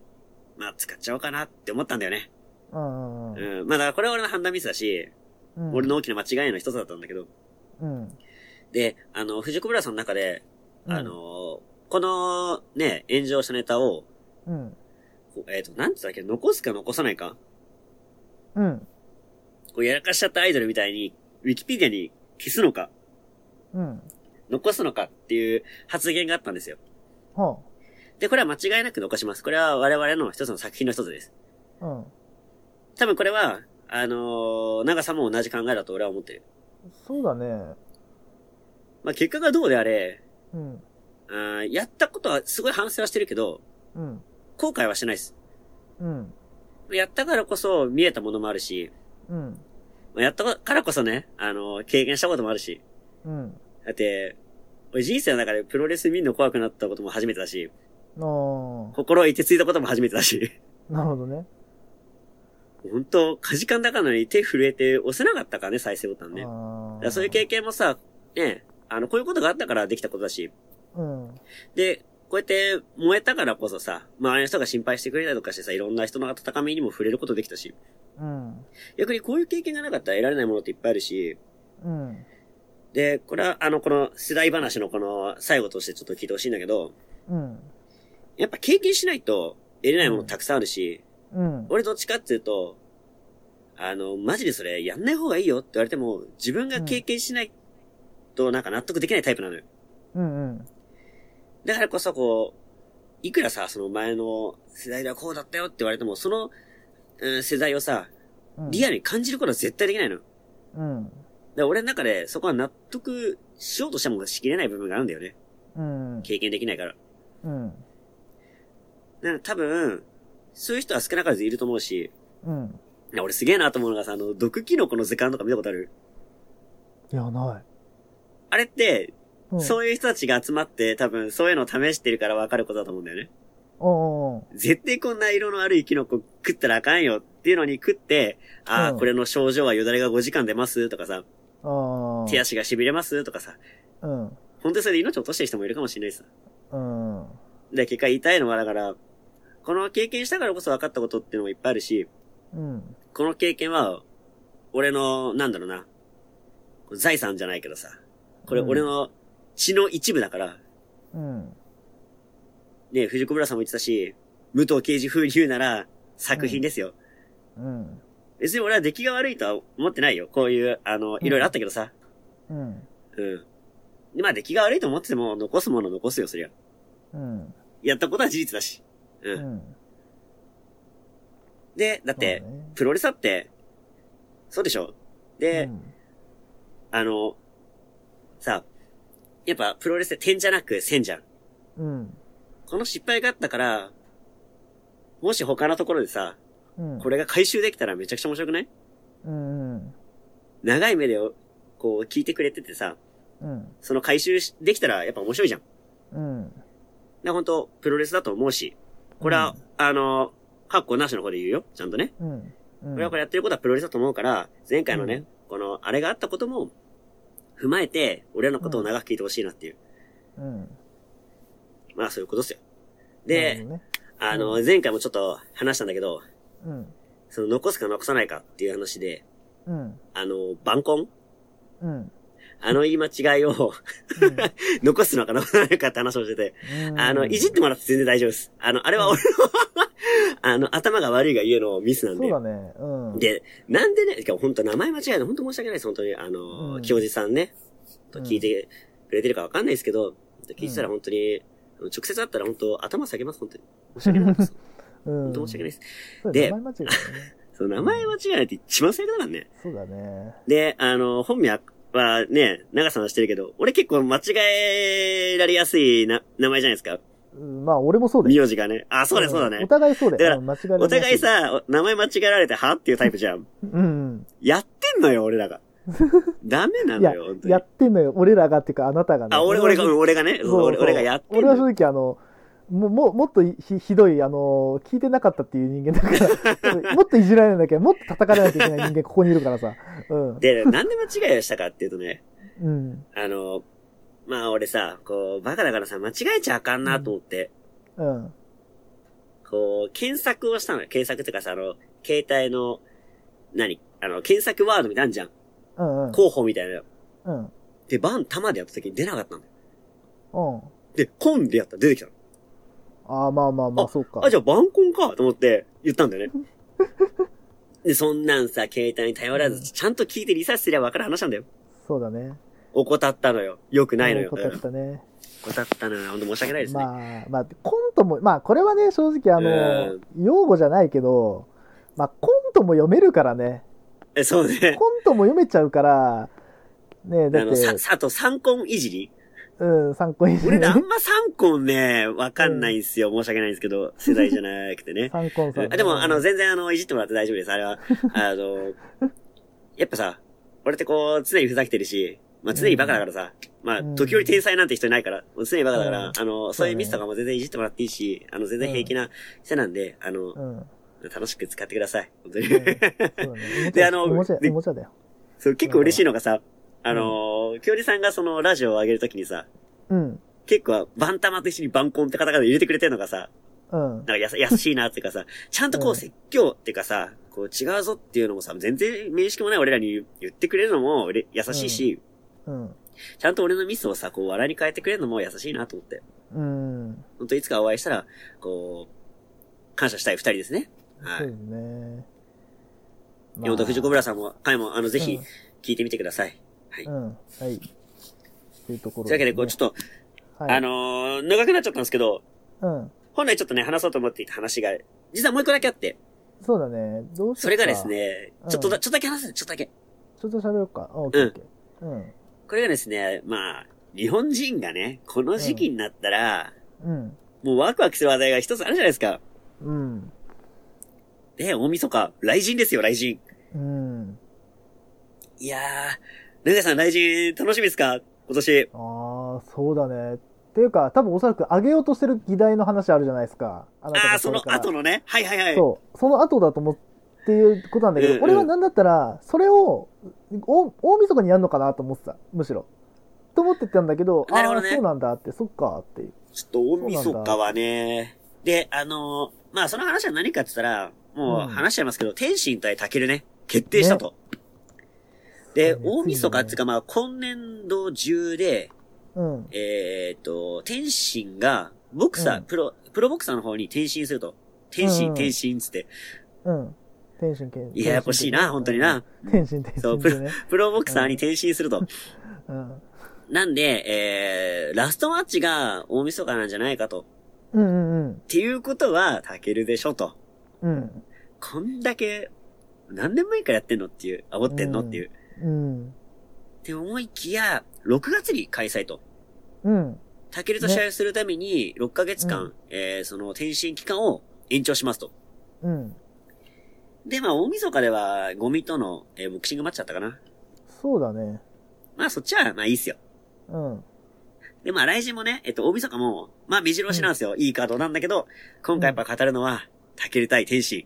S2: まあ使っちゃおうかなって思ったんだよね。
S3: うん。
S2: うん。まあだからこれは俺の判断ミスだし、
S3: うん。
S2: 俺の。大きな間違いの一つだったんだけど。
S3: うん。
S2: で、あの、藤子ブラさんの中で、あ、の、このね、炎上したネタを、
S3: うん。
S2: こうえっ、と、なんつったっけ、残すか残さないか。
S3: うん。
S2: こうやらかしちゃったアイドルみたいに、ウィキペディアに消すのか、
S3: うん。
S2: 残すのかっていう発言があったんですよ。
S3: は
S2: で、これは間違いなく残します。これは我々の一つの作品の一つです。
S3: あ。うん。
S2: 多分これは、あのー長さも同じ考えだと俺は思ってる。
S3: そうだね。
S2: まあ、結果がどうであれ、
S3: うん。
S2: あーやったことはすごい反省はしてるけど、
S3: うん。
S2: 後悔はしてないです。
S3: うん。
S2: やったからこそ見えたものもあるし、
S3: うん。
S2: まあやったからこそね、あのー経験したこともあるし。
S3: うん。
S2: だって、俺人生の中でプロレス見るの怖くなったことも初めてだし、
S3: ああ。
S2: 心をいてついたことも初めてだし。
S3: なるほどね。
S2: 本当かじかんだかのに手震えて押せなかったからね、再生ボタンね。だか
S3: あ
S2: らそういう経験もさ、ね、あの、こういうことがあったからできたことだし。
S3: うん。
S2: で、こうやって燃えたからこそさ、周りの人が心配してくれたりとかしてさ、いろんな人の温めにも触れることできたし、
S3: うん。
S2: 逆にこういう経験がなかったら得られないものっていっぱいあるし、
S3: うん。
S2: で、これはあの、この世代話のこの最後としてちょっと聞いてほしいんだけど、
S3: うん。
S2: やっぱ経験しないと得れないものたくさんあるし、
S3: うん。
S2: 俺どっちかっていうと、あの、マジでそれやんない方がいいよって言われても、自分が経験しないとなんか納得できないタイプなのよ。
S3: うんうん。
S2: だからこそこう、いくらさ、その前の世代ではこうだったよって言われても、その、うん、世代をさ、
S3: うん
S2: リアルに感じることは絶対できないの。だか
S3: うん。
S2: ら俺の中でそこは納得しようとしてもしきれない部分があるんだよね。
S3: うん。
S2: 経験できないから。
S3: うん。
S2: だから多分、そういう人は少なからずいると思うし、
S3: うん。
S2: いや俺すげえなと思うのがさ、あの、毒キノコの図鑑とか見たことある
S3: いや、ない。
S2: あれって、
S3: うん、
S2: そういう人たちが集まって、多分そういうのを試してるから分かることだと思うんだよね。
S3: うんうん
S2: 絶対こんな色の悪いキノコ食ったらあかんよっていうのに食って、ああ、
S3: うん
S2: これの症状はよだれが5時間出ますとかさ、
S3: うん。
S2: 手足が痺れますとかさ、
S3: うん。
S2: 本当にそれで命を落としてる人もいるかもしれないさ。
S3: うん。
S2: で、結果言いたいのはだから、この経験したからこそ分かったことっていうのもいっぱいあるし、
S3: うん。
S2: この経験は、俺の、なんだろうな、財産じゃないけどさ、これ
S3: うん
S2: 俺の血の一部だから、
S3: うん。
S2: ね、藤子村さんも言ってたし、武藤刑事風に言うなら作品ですよ。
S3: うん。
S2: 別に俺は出来が悪いとは思ってないよ。こういう、あの、
S3: うん
S2: いろいろあったけどさ。
S3: うん。
S2: うん。でまあ出来が悪いと思ってても、残すもの残すよ、そりゃ。
S3: うん。
S2: やったことは事実だし。うん。
S3: うん。
S2: で、だって、
S3: そうね
S2: プロレスだって、そうでしょで、
S3: うん
S2: あの、さ、やっぱプロレスって点じゃなく線じゃん。
S3: うん。
S2: この失敗があったから、もし他のところでさ、
S3: うん。
S2: こ
S3: れ。
S2: れが回収できたらめちゃくちゃ面白くない
S3: うん。うん。
S2: 長い目で、こう聞いてくれててさ、
S3: うん。
S2: その回収しできたらやっぱ面白いじゃん。
S3: うん。
S2: で、本当プロレスだと思うし、これは、あの、カッコなしの方で言うよ、ちゃんとね。
S3: うん。うん。
S2: これはこれやってることはプロレスだと思うから、前回のね、
S3: うん
S2: この、あれがあったことも、踏まえて、俺らのことを長く聞いてほしいなっていう。
S3: うん。
S2: まあ、そういうことですよ。
S3: なる
S2: で
S3: ほ、どね、
S2: あの、
S3: う
S2: 前回もちょっと話したんだけど、
S3: うん。
S2: その、残すか残さないかっていう話で、
S3: うん。
S2: あの、晩婚
S3: うん。
S2: あの言い間違いを、 残すのか残さないかって話をしてて、
S3: うん
S2: あの、いじってもらって全然大丈夫です。あの、あれは俺の、 あの、頭が悪いがゆえのミスなんで。
S3: そうだね。うん。、
S2: で、なんでね、本当名前間違えない、本当申し訳ないです、本当に。あの、
S3: うん
S2: 教授さんね、と
S3: うん
S2: 聞いてくれてるかわかんないですけど、聞いてたら本当に、直接会ったら本当頭下げます、 本当に。申し訳ないです。
S3: うん、
S2: 本当申し訳ないです。
S3: そう
S2: で
S3: 名前間違えたね。
S2: その名前間違えないって一番最悪だからね。
S3: そうだね。
S2: で、あの、本名はね、長さんはしてるけど、俺結構間違えられやすいな名前じゃないですか。
S3: うんまあ、俺もそうだよ。
S2: 名字がね。あ、そうだね、そうだ
S3: ん
S2: ね
S3: お。互いそうだ
S2: だから
S3: よ。うん間違えられな
S2: お互い、さ、お名前間違えられて、はっていうタイプじゃん。
S3: うん。
S2: やってんのよ、俺 らが。ダメない
S3: や
S2: のよ、本当、に
S3: やっ。てんのよ。俺らがっていうか、あなたがね。
S2: あ、俺、俺が、
S3: そう
S2: 俺がね、
S3: そう
S2: 俺俺がやってん
S3: 俺
S2: の
S3: は
S2: よ
S3: 正直、あの、もう、もうもっとひひどい、あの、聞いてなかったっていう人間だ から、もっといじられなきゃ、もっと叩かれなきゃいけない人間、ここにいるからさ。うん。
S2: で、なんで間違いをしたかっていうとね、
S3: うん。
S2: あの、まあ俺さ、こう、バカだからさ、間違えちゃあかんなと思って、
S3: うん。
S2: こう、検索をしたのよ。検索っていうかさ、あの、携帯の、何あの、検索ワードみたいなんじゃん。
S3: うん。うん。
S2: 候補みたいなのよ。
S3: うん。
S2: で、バン、玉でやった時に出なかったのよ。
S3: うん。
S2: で、コンでやったら出てきたの。
S3: ああ、まあまあまあ、そうか。
S2: あ、じゃあバンコンかと思って言ったんだ よね。で、そんなんさ、携帯に頼らず、ちゃんと聞いてリサーチすりゃ分かる話なんだよ。
S3: そうだね。
S2: 怠ったのよ。よくないのよ。
S3: うん答えたね。
S2: 怠ったのよ。ほんと申し訳ないですね。
S3: まあ、まあ、コントも、まあ、これはね、正直、あの、
S2: う
S3: 用語じゃないけど、まあ、コントも読めるからね。
S2: え、そうね。
S3: コントも読めちゃうから、ね、だ
S2: あ
S3: っ
S2: の、さ、
S3: て、
S2: さあと三コンいじり
S3: うん、参考にし
S2: 俺
S3: て
S2: らあん
S3: ね。。
S2: ま三コンね、わかんないんすよ。申し訳ないんですけど、世代じゃなくてね
S3: 参考さ
S2: うん
S3: ん。
S2: あでも、あの、全然あの、いじってもらって大丈夫です。あれは、あの、やっぱさ、俺ってこう、常にふざけてるし、まあ常にバカだからさ、まあ
S3: うん
S2: 時折天才なんて人いないから、常にバカだから、
S3: うん
S2: あの、そういうミスとかも全然いじってもらっていいし、あの、全然平気な人なんで、あの
S3: う、ん、うん。
S2: 楽しく使ってください。本当に。
S3: そうだね。
S2: であの
S3: おもちゃ、
S2: で
S3: おもちゃだよ。
S2: そう、結構嬉しいのがさ、あのー、きょうりさんがそのラジオを上げるときにさ、
S3: うん、
S2: 結構、バンタマと一緒にバンコンって方々入れてくれてるのがさ、
S3: うん。
S2: なんかやさ優しいなっていうかさ、ちゃんとこ
S3: う
S2: うん説教っていうかさ、こう違うぞっていうのもさ、全然面識もない俺らに言ってくれるのもうれ優しいし、
S3: うん。
S2: ちゃんと俺のミスをさ、こう笑いに変えてくれるのも優しいなと思って。
S3: うん。
S2: ほんといつかお会いしたら、こう、感謝したい二人ですね。は
S3: そう
S2: い
S3: で。すね。まあ
S2: 山本藤子村さんも、回も、あの、ぜひ
S3: うん、
S2: 聞いてみてください。はい。
S3: う
S2: とい
S3: ん、はい。というところ
S2: うわけで、こう、ちょっと、
S3: と、はい、
S2: あ、のー、長くなっちゃったんですけど、
S3: うん。
S2: 本来ちょっとね、話そうと思っていた話が、実はもう一個だけあって、
S3: そうだね。どうしようか
S2: それがです。ね
S3: う、ん
S2: ちょっとだ、ちょっとだけ話す、ちょっとだけ。
S3: ちょっと喋ろうか。あ、オッケーオッケー。うん。
S2: これがですね、まあ、日本人がね、この時期になったら、
S3: うん。
S2: もうワクワクする話題が一つあるじゃないですか。
S3: うん。
S2: で、大晦日、雷神ですよ、雷神。
S3: うん。
S2: いやー、ルカさん雷神楽しみですか今年。
S3: ああ、や、そうだね。っていうか、多分おそらく上げようとしてる議題の話あるじゃないですか。あなた
S2: ああ
S3: が
S2: ー、そ
S3: これ
S2: の
S3: から
S2: 後のね。はいはいはい。
S3: そう、その後だと思っていうことなんだけど、
S2: うんうん
S3: 俺はなんだったら、それをお大晦日にやるのかなと思ってた、むしろ。と思ってたんだけど、
S2: なる
S3: あ
S2: ほ
S3: あ
S2: ど
S3: ー、
S2: ね
S3: そうなんだって、そっかっていう。
S2: ちょっと大晦日はね、で、あのーまあ、その話は何かって言ったら、もう話しちゃいますけど、天心対タケルね、決定したと。で、大晦日っていうか、まあ、今年度中で、
S3: うん。
S2: えーっと、天心が、ボクサー、
S3: うん
S2: プロ、プロボクサーの方に転身すると。天心、
S3: うん
S2: 転身っつって。
S3: うん。天心剣。
S2: いや、やっぱしいな、本当にな。
S3: 天心天
S2: そう
S3: 心でね。
S2: プロボクサーに転身すると。
S3: うん。
S2: なんで、えー、ラストマッチが大晦日なんじゃないかと。
S3: うんうんうん
S2: っていうことは、タケルでしょと。。
S3: うん。
S2: こんだけ、何年前からやってんのっていう、あ、おってんのっていう。
S3: うん。
S2: って思いきや、6月に開催と。
S3: うん。
S2: タケルと試合をするために、6ヶ月間、えー、その転身期間を延長しますと。
S3: うん。
S2: で、まあ、大晦日では、ゴミとの、えーボクシングマッチだったかな。
S3: そうだね。
S2: まあ、そっちは、まあ、いいっすよ。
S3: うん。
S2: で、まあ、来週もね、えっと、大晦日も、まあ、目白押しなんですよ。いいカードなんだけど、今回やっぱ語るのは、タケル対天心。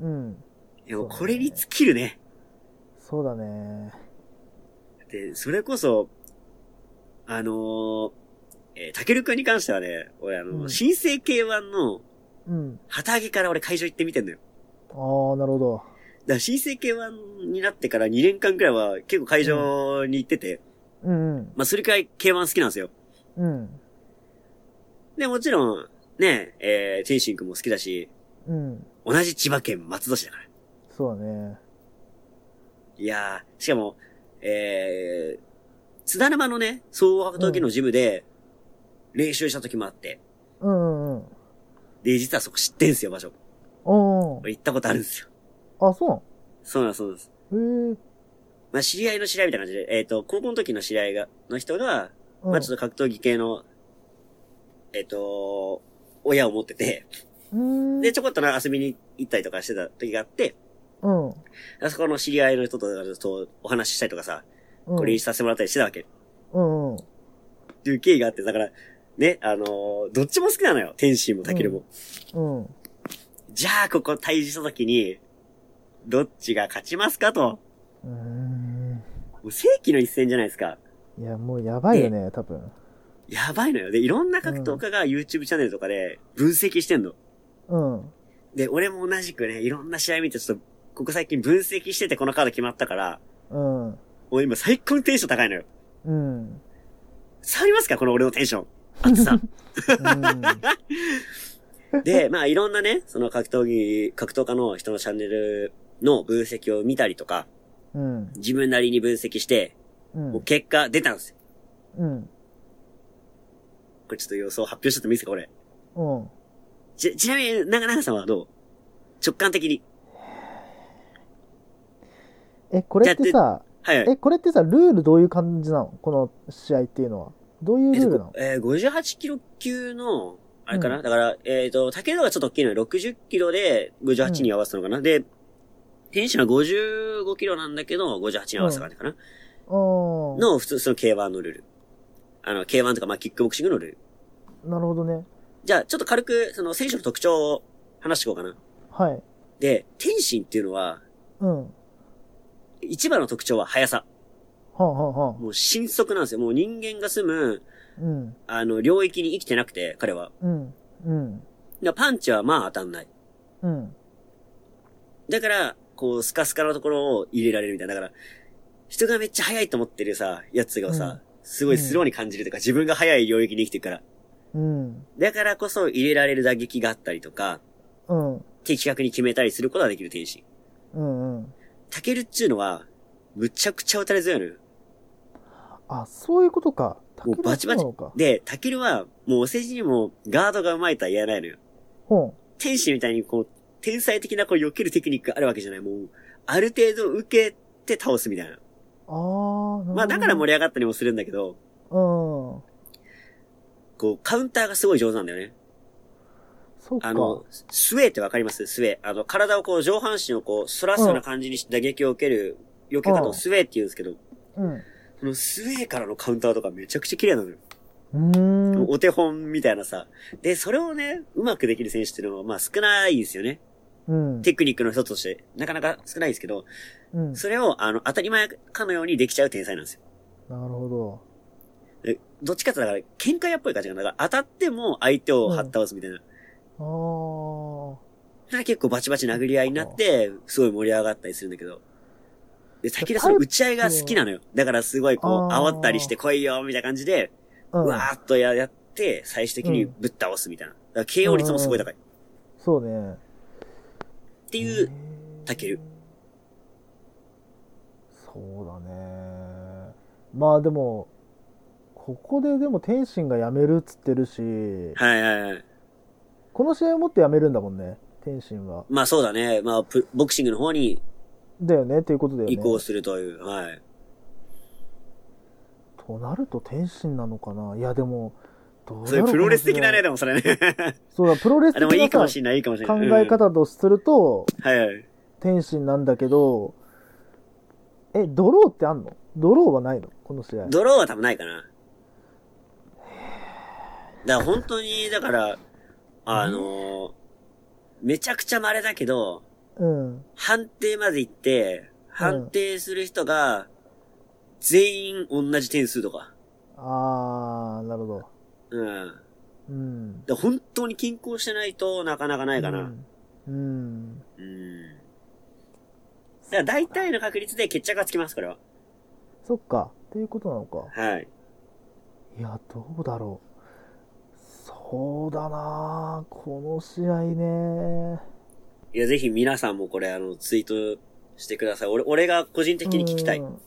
S3: うん。
S2: でもこれに尽きるね。
S3: そうだね。
S2: で、それこそ、あのー、えー、たけるくんに関してはね、俺あのー、
S3: うん
S2: 新生 K1 の
S3: うん。
S2: 旗揚げから俺会場行ってみてんのよ。
S3: ああ、なるほど。
S2: だから新生 K1 になってから2年間くらいは結構会場に行ってて、
S3: うんうん。
S2: まあそれくらい K1 好きなんですよ。
S3: うん。
S2: で、もちろん、ね、えー、天心くんも好きだし、
S3: うん。
S2: 同じ千葉県松戸市だから。
S3: そうだね。
S2: いやー、しかも、えー、津田沼のね、総合格闘技のジムで、練習した時もあって、
S3: うんうんうん。
S2: で、実はそこ知ってんすよ、場所。
S3: おー
S2: 俺行ったことあるんですよ。
S3: あ、そうなん
S2: そうなんですそうなんです。
S3: へえ。
S2: まあ、知り合いの知り合いみたいな感じで、えっ、と、高校の時の知り合いが、の人が、
S3: うん
S2: まあ、ちょっと格闘技系の、えっ、と、親を持ってて、
S3: うーん。
S2: で、ちょこっとな遊びに行ったりとかしてた時があって、
S3: うん。
S2: あそこの知り合いの人とかとお話ししたりとかさ、
S3: うん。
S2: これさせてもらったりしてたわけ。っ
S3: うんうん。
S2: ていう経緯があって、だから、ね、あのーどっちも好きなのよ。天心もタケルも。
S3: うん。
S2: じゃあ、ここ対峙した時に、どっちが勝ちますかと。
S3: うーん。
S2: もう世紀の一戦じゃないですか。
S3: いや、もうやばいよね、多分。
S2: やばいのよ。で、いろんな格闘家が YouTube チャンネルとかで分析してんの。
S3: うん。
S2: で、俺も同じくね、いろんな試合見て、ちょっと、ここ最近分析しててこのカード決まったから、
S3: うん。
S2: もう今最高にテンション高いのよ。
S3: うん。
S2: 触りますかこの俺のテン ション。あってさ。で、まあいろんなね、その格闘技、格闘家の人のチャンネルの分析を見たりとか、
S3: うん。
S2: 自分なりに分析して、
S3: うん
S2: もう。結果出たんですよ。
S3: うん。
S2: これちょっと予想発表しちゃってもいいですかこれ。
S3: うん。
S2: ち、ちなみに、長々さんはどう直感的に。
S3: え、これってさ、
S2: はいは い。
S3: え、これってさ、ルールどういう感じなのこの試合っていうのは。どういう
S2: え
S3: ル
S2: っ
S3: ールな
S2: と
S3: の、
S2: えー58キロ級の、あれかな、
S3: うん
S2: だから、えっ、と、竹野がちょっと大きいのよ。60キロで58に合わせたのかな、で、天使は55キロなんだけど、58に合わせた感じかな、
S3: あ
S2: の、普通、その K1 のルール。あの、K1 とか、まあ、キックボクシングのルール。
S3: あ。なるほどね。
S2: じゃあ、ちょっと軽く、その、選手の特徴を話していこうかな。
S3: はい。
S2: で、天心っていうのは、
S3: うん。は
S2: 一番の特徴は速さ。
S3: あ、はあはあ、
S2: もう、迅速なんですよ。もう人間が住む、
S3: うん。
S2: あの、領域に生きてなくて、彼は。
S3: うん。うん。
S2: だからパンチはまあ当たんない。
S3: うん。
S2: だから、こう、スカスカのところを入れられるみたいな。だから、人がめっちゃ速いと思ってるさ、やつがさ、すごいスローに感じるというか、自分が速い領域に生きてるから。
S3: うん。
S2: だからこそ入れられる打撃があったりとか、
S3: うん。
S2: 的確に決めたりすることができる天使。
S3: うんうん。
S2: タケルっちゅうのは、むちゃくちゃ打たれ強いのよ。
S3: あ、そういうことか。
S2: もうバチバ
S3: 竹田そ
S2: チ
S3: うなのか。
S2: で、タケルは、もうお世辞にもガードが上手いとは言えないのよ。
S3: ほ
S2: 天使みたいにこう、天才的なこう避けるテクニックがあるわけじゃない。もう、ある程度受けて倒すみたいな。
S3: う。ああ。
S2: まあだから
S3: り。
S2: 盛り上がったりもするんだけど、
S3: うん。
S2: こう、カウンターがすごい上手なんだよね。
S3: そうか。
S2: あの、スウェーってわかりますスウェー。あの、体をこう、上半身をこう、反らすような感じにして打撃を受ける、避け方
S3: う
S2: を
S3: ん
S2: スウェーって言うんですけど、
S3: うん。
S2: そのスウェーからのカウンターとかめちゃくちゃ綺麗なのよ。
S3: うーん。
S2: お手本みたいなさ。で、それをね、うまくできる選手っていうのは、まあ少ないですよね。
S3: うん。
S2: テクニックの一つとして、なかなか少ないですけど、
S3: うん。
S2: それを、あの、当たり前かのようにできちゃう天才なんですよ。
S3: なるほど。
S2: でどっちかってだから、喧嘩屋っぽい感じが、だから当たっても相手を張っ倒すみたいな。
S3: あー
S2: だから結構バチバチ殴り合いになって、すごい盛り上がったりするんだけど。で、先田その打ち合いが好きなのよ。だからすごいこう、
S3: あー
S2: 煽ったりして来いよ、みたいな感じで、
S3: う。
S2: うんわーっとややって、最終的にぶっ倒すみたいな。だから KO 率もすごい高い。っ
S3: そうね。ってて
S2: いう、、タケル。
S3: そうだね。まあでも、ここででも天心が辞めるっつってるし、
S2: はいはいはい。
S3: この試合をもって辞めるんだもんね、天心は。
S2: まあそうだね。まあ、プボクシングの方に
S3: だよね、っていうことだよね。
S2: 移行するという。はい。
S3: となると天心なのかないやでも、どう
S2: それプロレス的なね、
S3: だ
S2: でもそれね。
S3: そうだ、プロレス
S2: あでもいい
S3: 的
S2: か
S3: な
S2: も
S3: さ
S2: しれない、いいかもしれない。
S3: 考え方とすると、
S2: うんはいはい。
S3: 天心なんだけど、え、ドローってあんのドローはないのこの試合。
S2: ドローは多分ないかな。だから本当に、だから、あのーめちゃくちゃ稀だけど、
S3: うん。
S2: 判定まで行って、判定する人が、全員同じ点数とか。
S3: あー、なるほど。
S2: うん。
S3: うん。
S2: で本当に均衡してないとなかなかないかな。うん。
S3: うん。うん。
S2: だから大体の確率で決着がつきます、これは。
S3: そっか。っていうことなのか。
S2: はい。
S3: いや、どうだろう。そうだなぁこの試合ね。
S2: いや、ぜひ皆さんもこれ、あの、ツイートしてください。俺、俺が個人的に聞きたい。
S3: うん。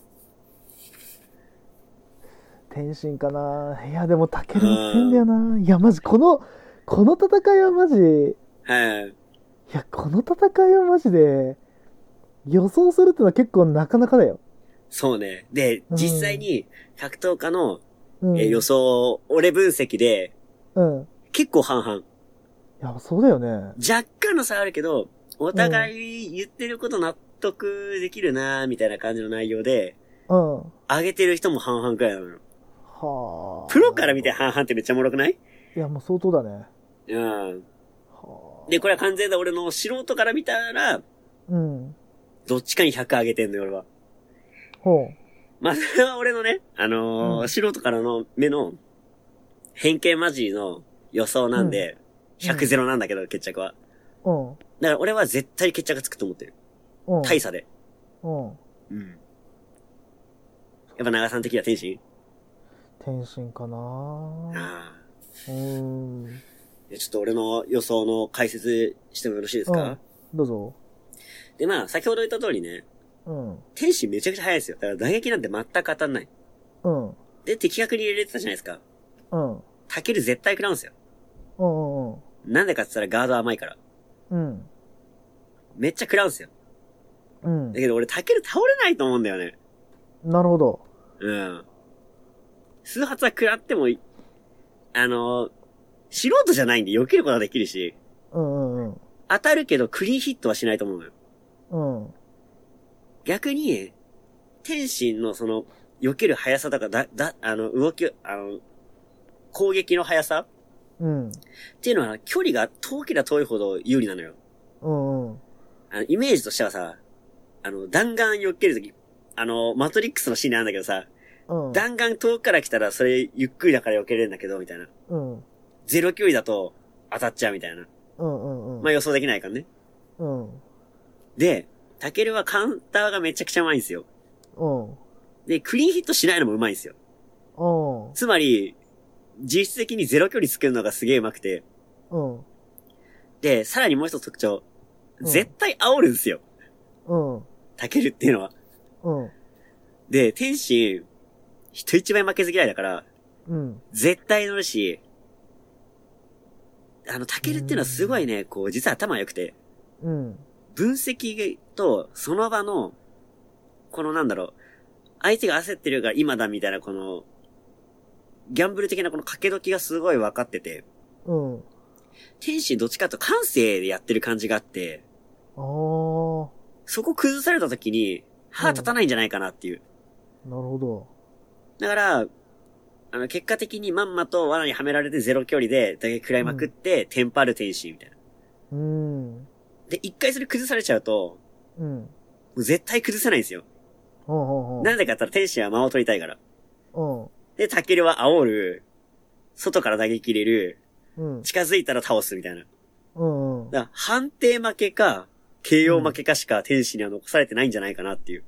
S3: 天心かないや、でも、タケルも強いんだよないや、マジ、この、この戦いはマジ、い
S2: はい。
S3: や、この戦いはマジで、予想するってのは結構なかなかだよ。
S2: そうね。で、
S3: うん
S2: 実際に、格闘家の、
S3: うん。
S2: えー予想、俺分析で、
S3: うん。い
S2: 結構半々。
S3: や、そうだよね。
S2: 若干の差はあるけど、お互い言ってること納得できるなーみたいな感じの内容で、
S3: うん。
S2: 上げてる人も半々くらいなのよ。
S3: はあ。
S2: プロから見て半々ってめっちゃおもろくない
S3: いや、もう相当だね。
S2: うん。
S3: はあ。
S2: で、これは完全な俺の素人から見たら、
S3: うん。
S2: どっちかに100上げてんのよ、俺は。
S3: ほ
S2: まあ、それは俺のね、あのー
S3: うん
S2: 素人からの目の、偏見マジの予想なんで、
S3: うん
S2: 100ゼロなんだけど、決着は。
S3: う。うん。
S2: だから俺は絶対決着がつくと思ってる。
S3: うん。
S2: 大差で。
S3: うん。
S2: うん。やっぱ長さん的には天心
S3: 天心かなぁ
S2: ああ。
S3: うーん。
S2: いやちょっと俺の予想の解説してもよろしいですか、
S3: うんどうぞ。
S2: で、まあ、先ほど言った通りね、
S3: うん。
S2: 天心めちゃくちゃ速いですよ。だから打撃なんて全く当たんない。
S3: うん。
S2: で、的確に入れてたじゃないですか。
S3: うん。
S2: タケル絶対食らうんですよ。
S3: うんうん
S2: なんでかって言ったらガード甘いから。
S3: うん。
S2: めっちゃ食らうんですよ。
S3: うん。うん
S2: だ。けど俺タケル倒れないと思うんだよね。
S3: なるほど。
S2: うん。数発は食らってもい、あの、素人じゃないんで避けることはできるし、
S3: うんうん
S2: 当たるけどクリーンヒットはしないと思うのよ。
S3: うん。うん。
S2: 逆に、天心のその、避ける速さとか、だ、だ、あの、動き、あの、攻撃の速さ
S3: うん。
S2: っていうのは、距離が遠ければ遠いほど有利なのよ。
S3: うんうん。
S2: あの、イメージとしてはさ、あの、弾丸避けるとき、あの、マトリックスのシーンなんだけどさ、
S3: うん。
S2: 弾丸遠くから来たらそれゆっくりだから避けれるんだけど、みたいな。
S3: うん。
S2: ゼロ距離だと当たっちゃうみたいな。
S3: うんうんうん。
S2: まあ予想できないからね。
S3: うん。
S2: で、タケルはカウンターがめちゃくちゃうまいんですよ。
S3: うん。
S2: で、クリーンヒットしないのもうまいんですよ。
S3: うん。
S2: つまり、実質的にゼロ距離作るのがすげえうまくて。
S3: うん。
S2: で、さらにもう一つ特徴。
S3: うん
S2: 絶対煽るんですよ。
S3: うん。
S2: タケルっていうのは。
S3: うん。
S2: で、天心、人一倍負けず嫌いだから、
S3: うん。
S2: 絶対乗るし、あの、タケルっていうのはすごいね、こう、実は頭良くて。
S3: うん。
S2: 分析と、その場の、このなんだろう、相手が焦ってるから今だみたいなこの、ギャンブル的なこの掛け時がすごい分かってて、
S3: うん。
S2: 天心どっちかというと感性でやってる感じがあって、
S3: あー。
S2: そこ崩された時に、歯立たないんじゃないかなっていう。
S3: なるほど。
S2: だから、ああの、結果的にまんまと罠にはめられてゼロ距離で、だけ食らいまくって、テンパる天使みたいな。
S3: うん。
S2: で、一回それ崩されちゃうと、
S3: うん。
S2: もう絶対崩せないんですよ。
S3: ほうほうほう。
S2: なんでかって言ったら天使は間を取りたいから。
S3: うん。
S2: で、タケルは煽る、外から打撃入れる、
S3: うん。
S2: 近づいたら倒すみたいな。だか
S3: うんうん。
S2: ら判定負けか、KO 負けかしか天使には残されてないんじゃないかなっていう。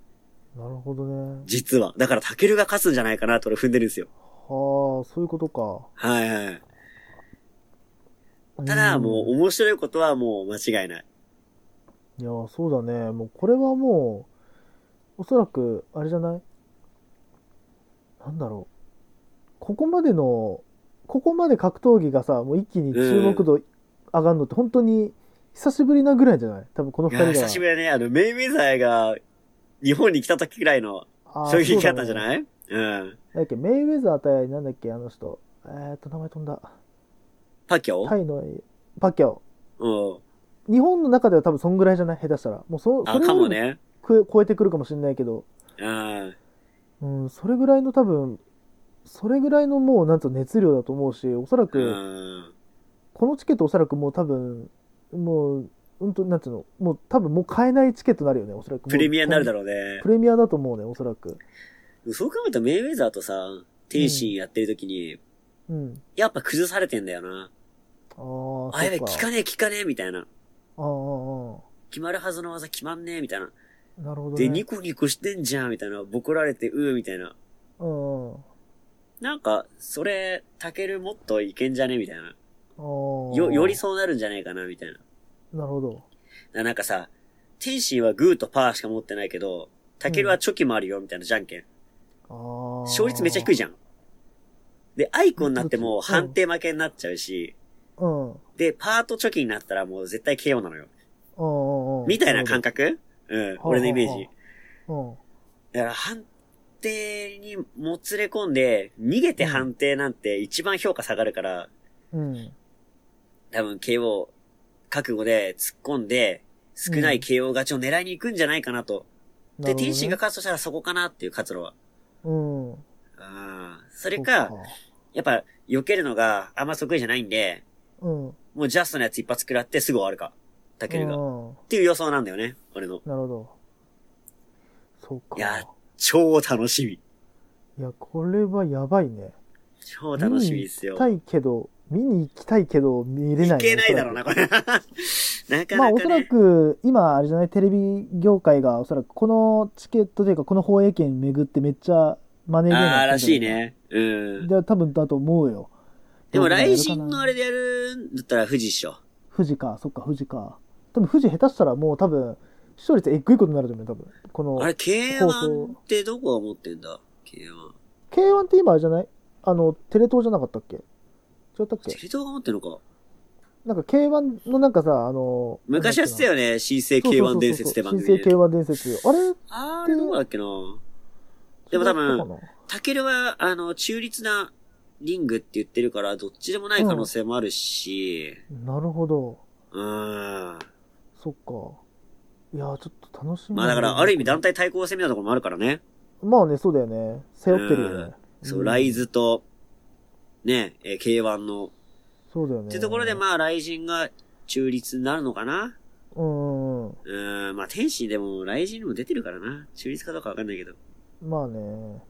S3: なるほどね。
S2: 実は。だからタケルが勝つんじゃないかなと俺踏んでるんですよ。
S3: はあ、そういうことか。
S2: はいはい。ただ、
S3: ん
S2: もう面白いことはもう間違いない。
S3: いや、そうだね。もうこれはもう、おそらく、あれじゃないなんだろう。ここまでの、ここまで格闘技がさ、もう一気に注目度上がるのって本当に久しぶりなぐらいじゃない多分この
S2: い
S3: 二
S2: や、
S3: 人が。
S2: 久しぶりだね。あの、メイウェザーが日本に来た時くらいの
S3: あー
S2: 衝撃だったんじ
S3: そ
S2: ゃ
S3: うだね
S2: ないうん。
S3: なんだっけ、メイウェザー対、なんだっけ、あの人。えーっと、名前飛んだ。
S2: パキョ、
S3: タイの、パッキャオ。
S2: うん。
S3: 日本の中では多分そんぐらいじゃない下手したら。もうそ、そ
S2: あ、
S3: れ
S2: か
S3: よ
S2: も
S3: り
S2: ね。
S3: く超えてくるかもしれないけど。
S2: うん。
S3: うん、それぐらいの多分、それぐらいのもう、なんつうの熱量だと思うし、おそら
S2: う
S3: く、
S2: ん。
S3: このチケットおそらくもう多分、もう、うんと、なんつうの、もう多分もう買えないチケットになるよね、おそらく。
S2: プレミアになるだ
S3: ろ
S2: ろうね。
S3: プレミアだと思うね、おそらく。
S2: そう考えたらメイウェザーとさ、天心やってる時に、
S3: うん。
S2: やっぱ崩されてんだよな。
S3: ああ、そ
S2: あ、やべ、
S3: う
S2: 効
S3: か。
S2: かねえ、効かねえ、みたいな。
S3: ああ、ああ
S2: 決まるはずの技決まんねえ、みたいな。
S3: ああ、なるほど、ね。
S2: で、ニコニコしてんじゃん、みたいな。ボコられて、うー、みたいな。
S3: うんうん。
S2: なんか、それ、タケルもっといけんじゃねみたいな。
S3: ああ。
S2: よ、よりそうなるんじゃねえかな、みたいな。
S3: なるほど。
S2: ななんかさ、天心はグーとパーしか持ってないけど、タケルはチョキもあるよ、みたいなじゃんけん。
S3: ああ。
S2: 勝率めっちゃ低いじ
S3: ゃん。
S2: ゃん。で、アイコンになって
S3: う
S2: も
S3: ん
S2: 判定負けになっちゃうし、
S3: うん。うん
S2: で、パーとチョキになったらもう絶対 KO なのよ。
S3: うんうん。
S2: みたいな感
S3: 覚。
S2: 覚うん、俺のイメー
S3: はあ
S2: ジ
S3: は。うん。
S2: だから判定にもつれ込んで、逃げて判定なんて一番評価下がるから、
S3: うん。
S2: 多分 KO 覚悟で突っ込んで、少ない KO 勝ちを狙いに行くんじゃないかなと。
S3: なるほどね
S2: で、天心が勝つとしたらそこかなっていう活路は。
S3: うん。そ
S2: あーそれ
S3: っ
S2: か、やっぱ避けるのがあんま得意じゃないんで、
S3: うん。
S2: もうジャストのやつ一発食らってすぐ終わるか。タケルが。っ
S3: うん
S2: ていう予想なんだよね、俺の。
S3: なるほど。そうか。
S2: いや超楽しみ。
S3: いやこれはやばいね。
S2: 超楽しみですよ。
S3: 見に行きたいけど、見に行きたいけど、見れない、ね。
S2: いけないだろうな、
S3: お
S2: これ。な かなか
S3: そらく
S2: ね。
S3: まあ、おそらく、今、あれじゃない、テレビ業界が、おそらく、このチケットというか、この放映権巡ってめっちゃマネーゲームやって
S2: あ
S3: る
S2: あ、らしい。ね。うん。
S3: で、多分だと思うよ。
S2: でも、
S3: どうなる
S2: 来
S3: かな
S2: 神のあれでやるんだったら富士っしょ。
S3: 富士か、そっか、富士か。多分、富士下手したらもう多分、視聴率えっぐいことになると思うよ、多分。この、
S2: あれ、
S3: そう
S2: K1
S3: そ
S2: ってどこが持ってんだ ?K1。
S3: K1 って今あれじゃないあの、テレ東じゃなかったっけ違ったっけ
S2: テレ東が持ってんのか。
S3: なんか K1 のなんかさ、あの、
S2: 昔やってたよね、新生 K1 伝説って番組
S3: 新生
S2: で。
S3: K1 伝説。あれ
S2: あれどうだっけなでも多分、タケルは、あの、中立なリングって言ってるから、どっちでもない可能性もあるし、
S3: なるほど。
S2: うーん。
S3: そっか。いやー、ちょっと楽しみ。
S2: まあだから、ある意味団。体対抗戦みたいなところもあるからね。
S3: まあね、そうだよね。背負ってるよね。
S2: そう、
S3: ん
S2: ライ。ズと、ね、えー K1 の。
S3: そうだよね。
S2: ってところで、まあ、ライジンが中立になるのかな
S3: うんうんうん。
S2: うーん、まあ、天使でも、ライジンにも出てるからな。中立かどうかわかんないけど。
S3: まあね。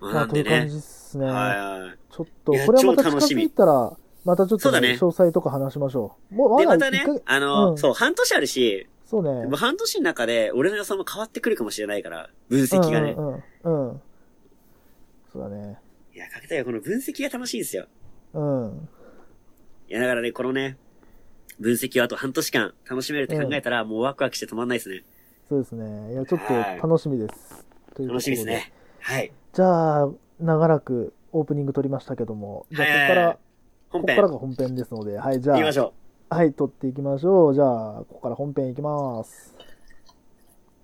S2: まあ、
S3: ま
S2: な
S3: あ、
S2: ん
S3: とい
S2: で
S3: う感じ
S2: ね。
S3: っすね。
S2: はいはい。
S3: ちょっと、
S2: いや
S3: これはまた
S2: 超
S3: 近
S2: 楽しみ
S3: づいたら、またちょっ
S2: そ
S3: と
S2: うだ
S3: ね、
S2: ね
S3: 詳細とか話しましょう。もう、
S2: で、
S3: ま
S2: ま
S3: だ
S2: た
S3: 一
S2: ね
S3: 回、
S2: あの、
S3: うん
S2: そう、半年あるし、
S3: そうね。
S2: もう半年の中で、俺の予想も変わってくるかもしれないから、分析がね
S3: う。んうんうん、うん。そうだね。
S2: いや、かけたよ、この分析が楽しいんですよ。
S3: うん。
S2: いや、だからね、このね、分析をあと半年間楽しめるって考えたら、もうワクワクして止まんないですね。
S3: そうですね。いや、ちょっと
S2: はい
S3: 楽しみです。ということ
S2: 楽しみです。ね。はい。
S3: じゃあ、長らくオープニング撮りましたけども、じゃあ、こ
S2: はい
S3: こ
S2: はい
S3: か
S2: はい
S3: ら、こ
S2: 本
S3: こ
S2: 編、
S3: から
S2: 行
S3: が本編ですので、はい、じゃ
S2: きまし
S3: あ、
S2: ょ
S3: はい、撮っていきましょう。じゃあ、ここから本編いきます。
S2: う。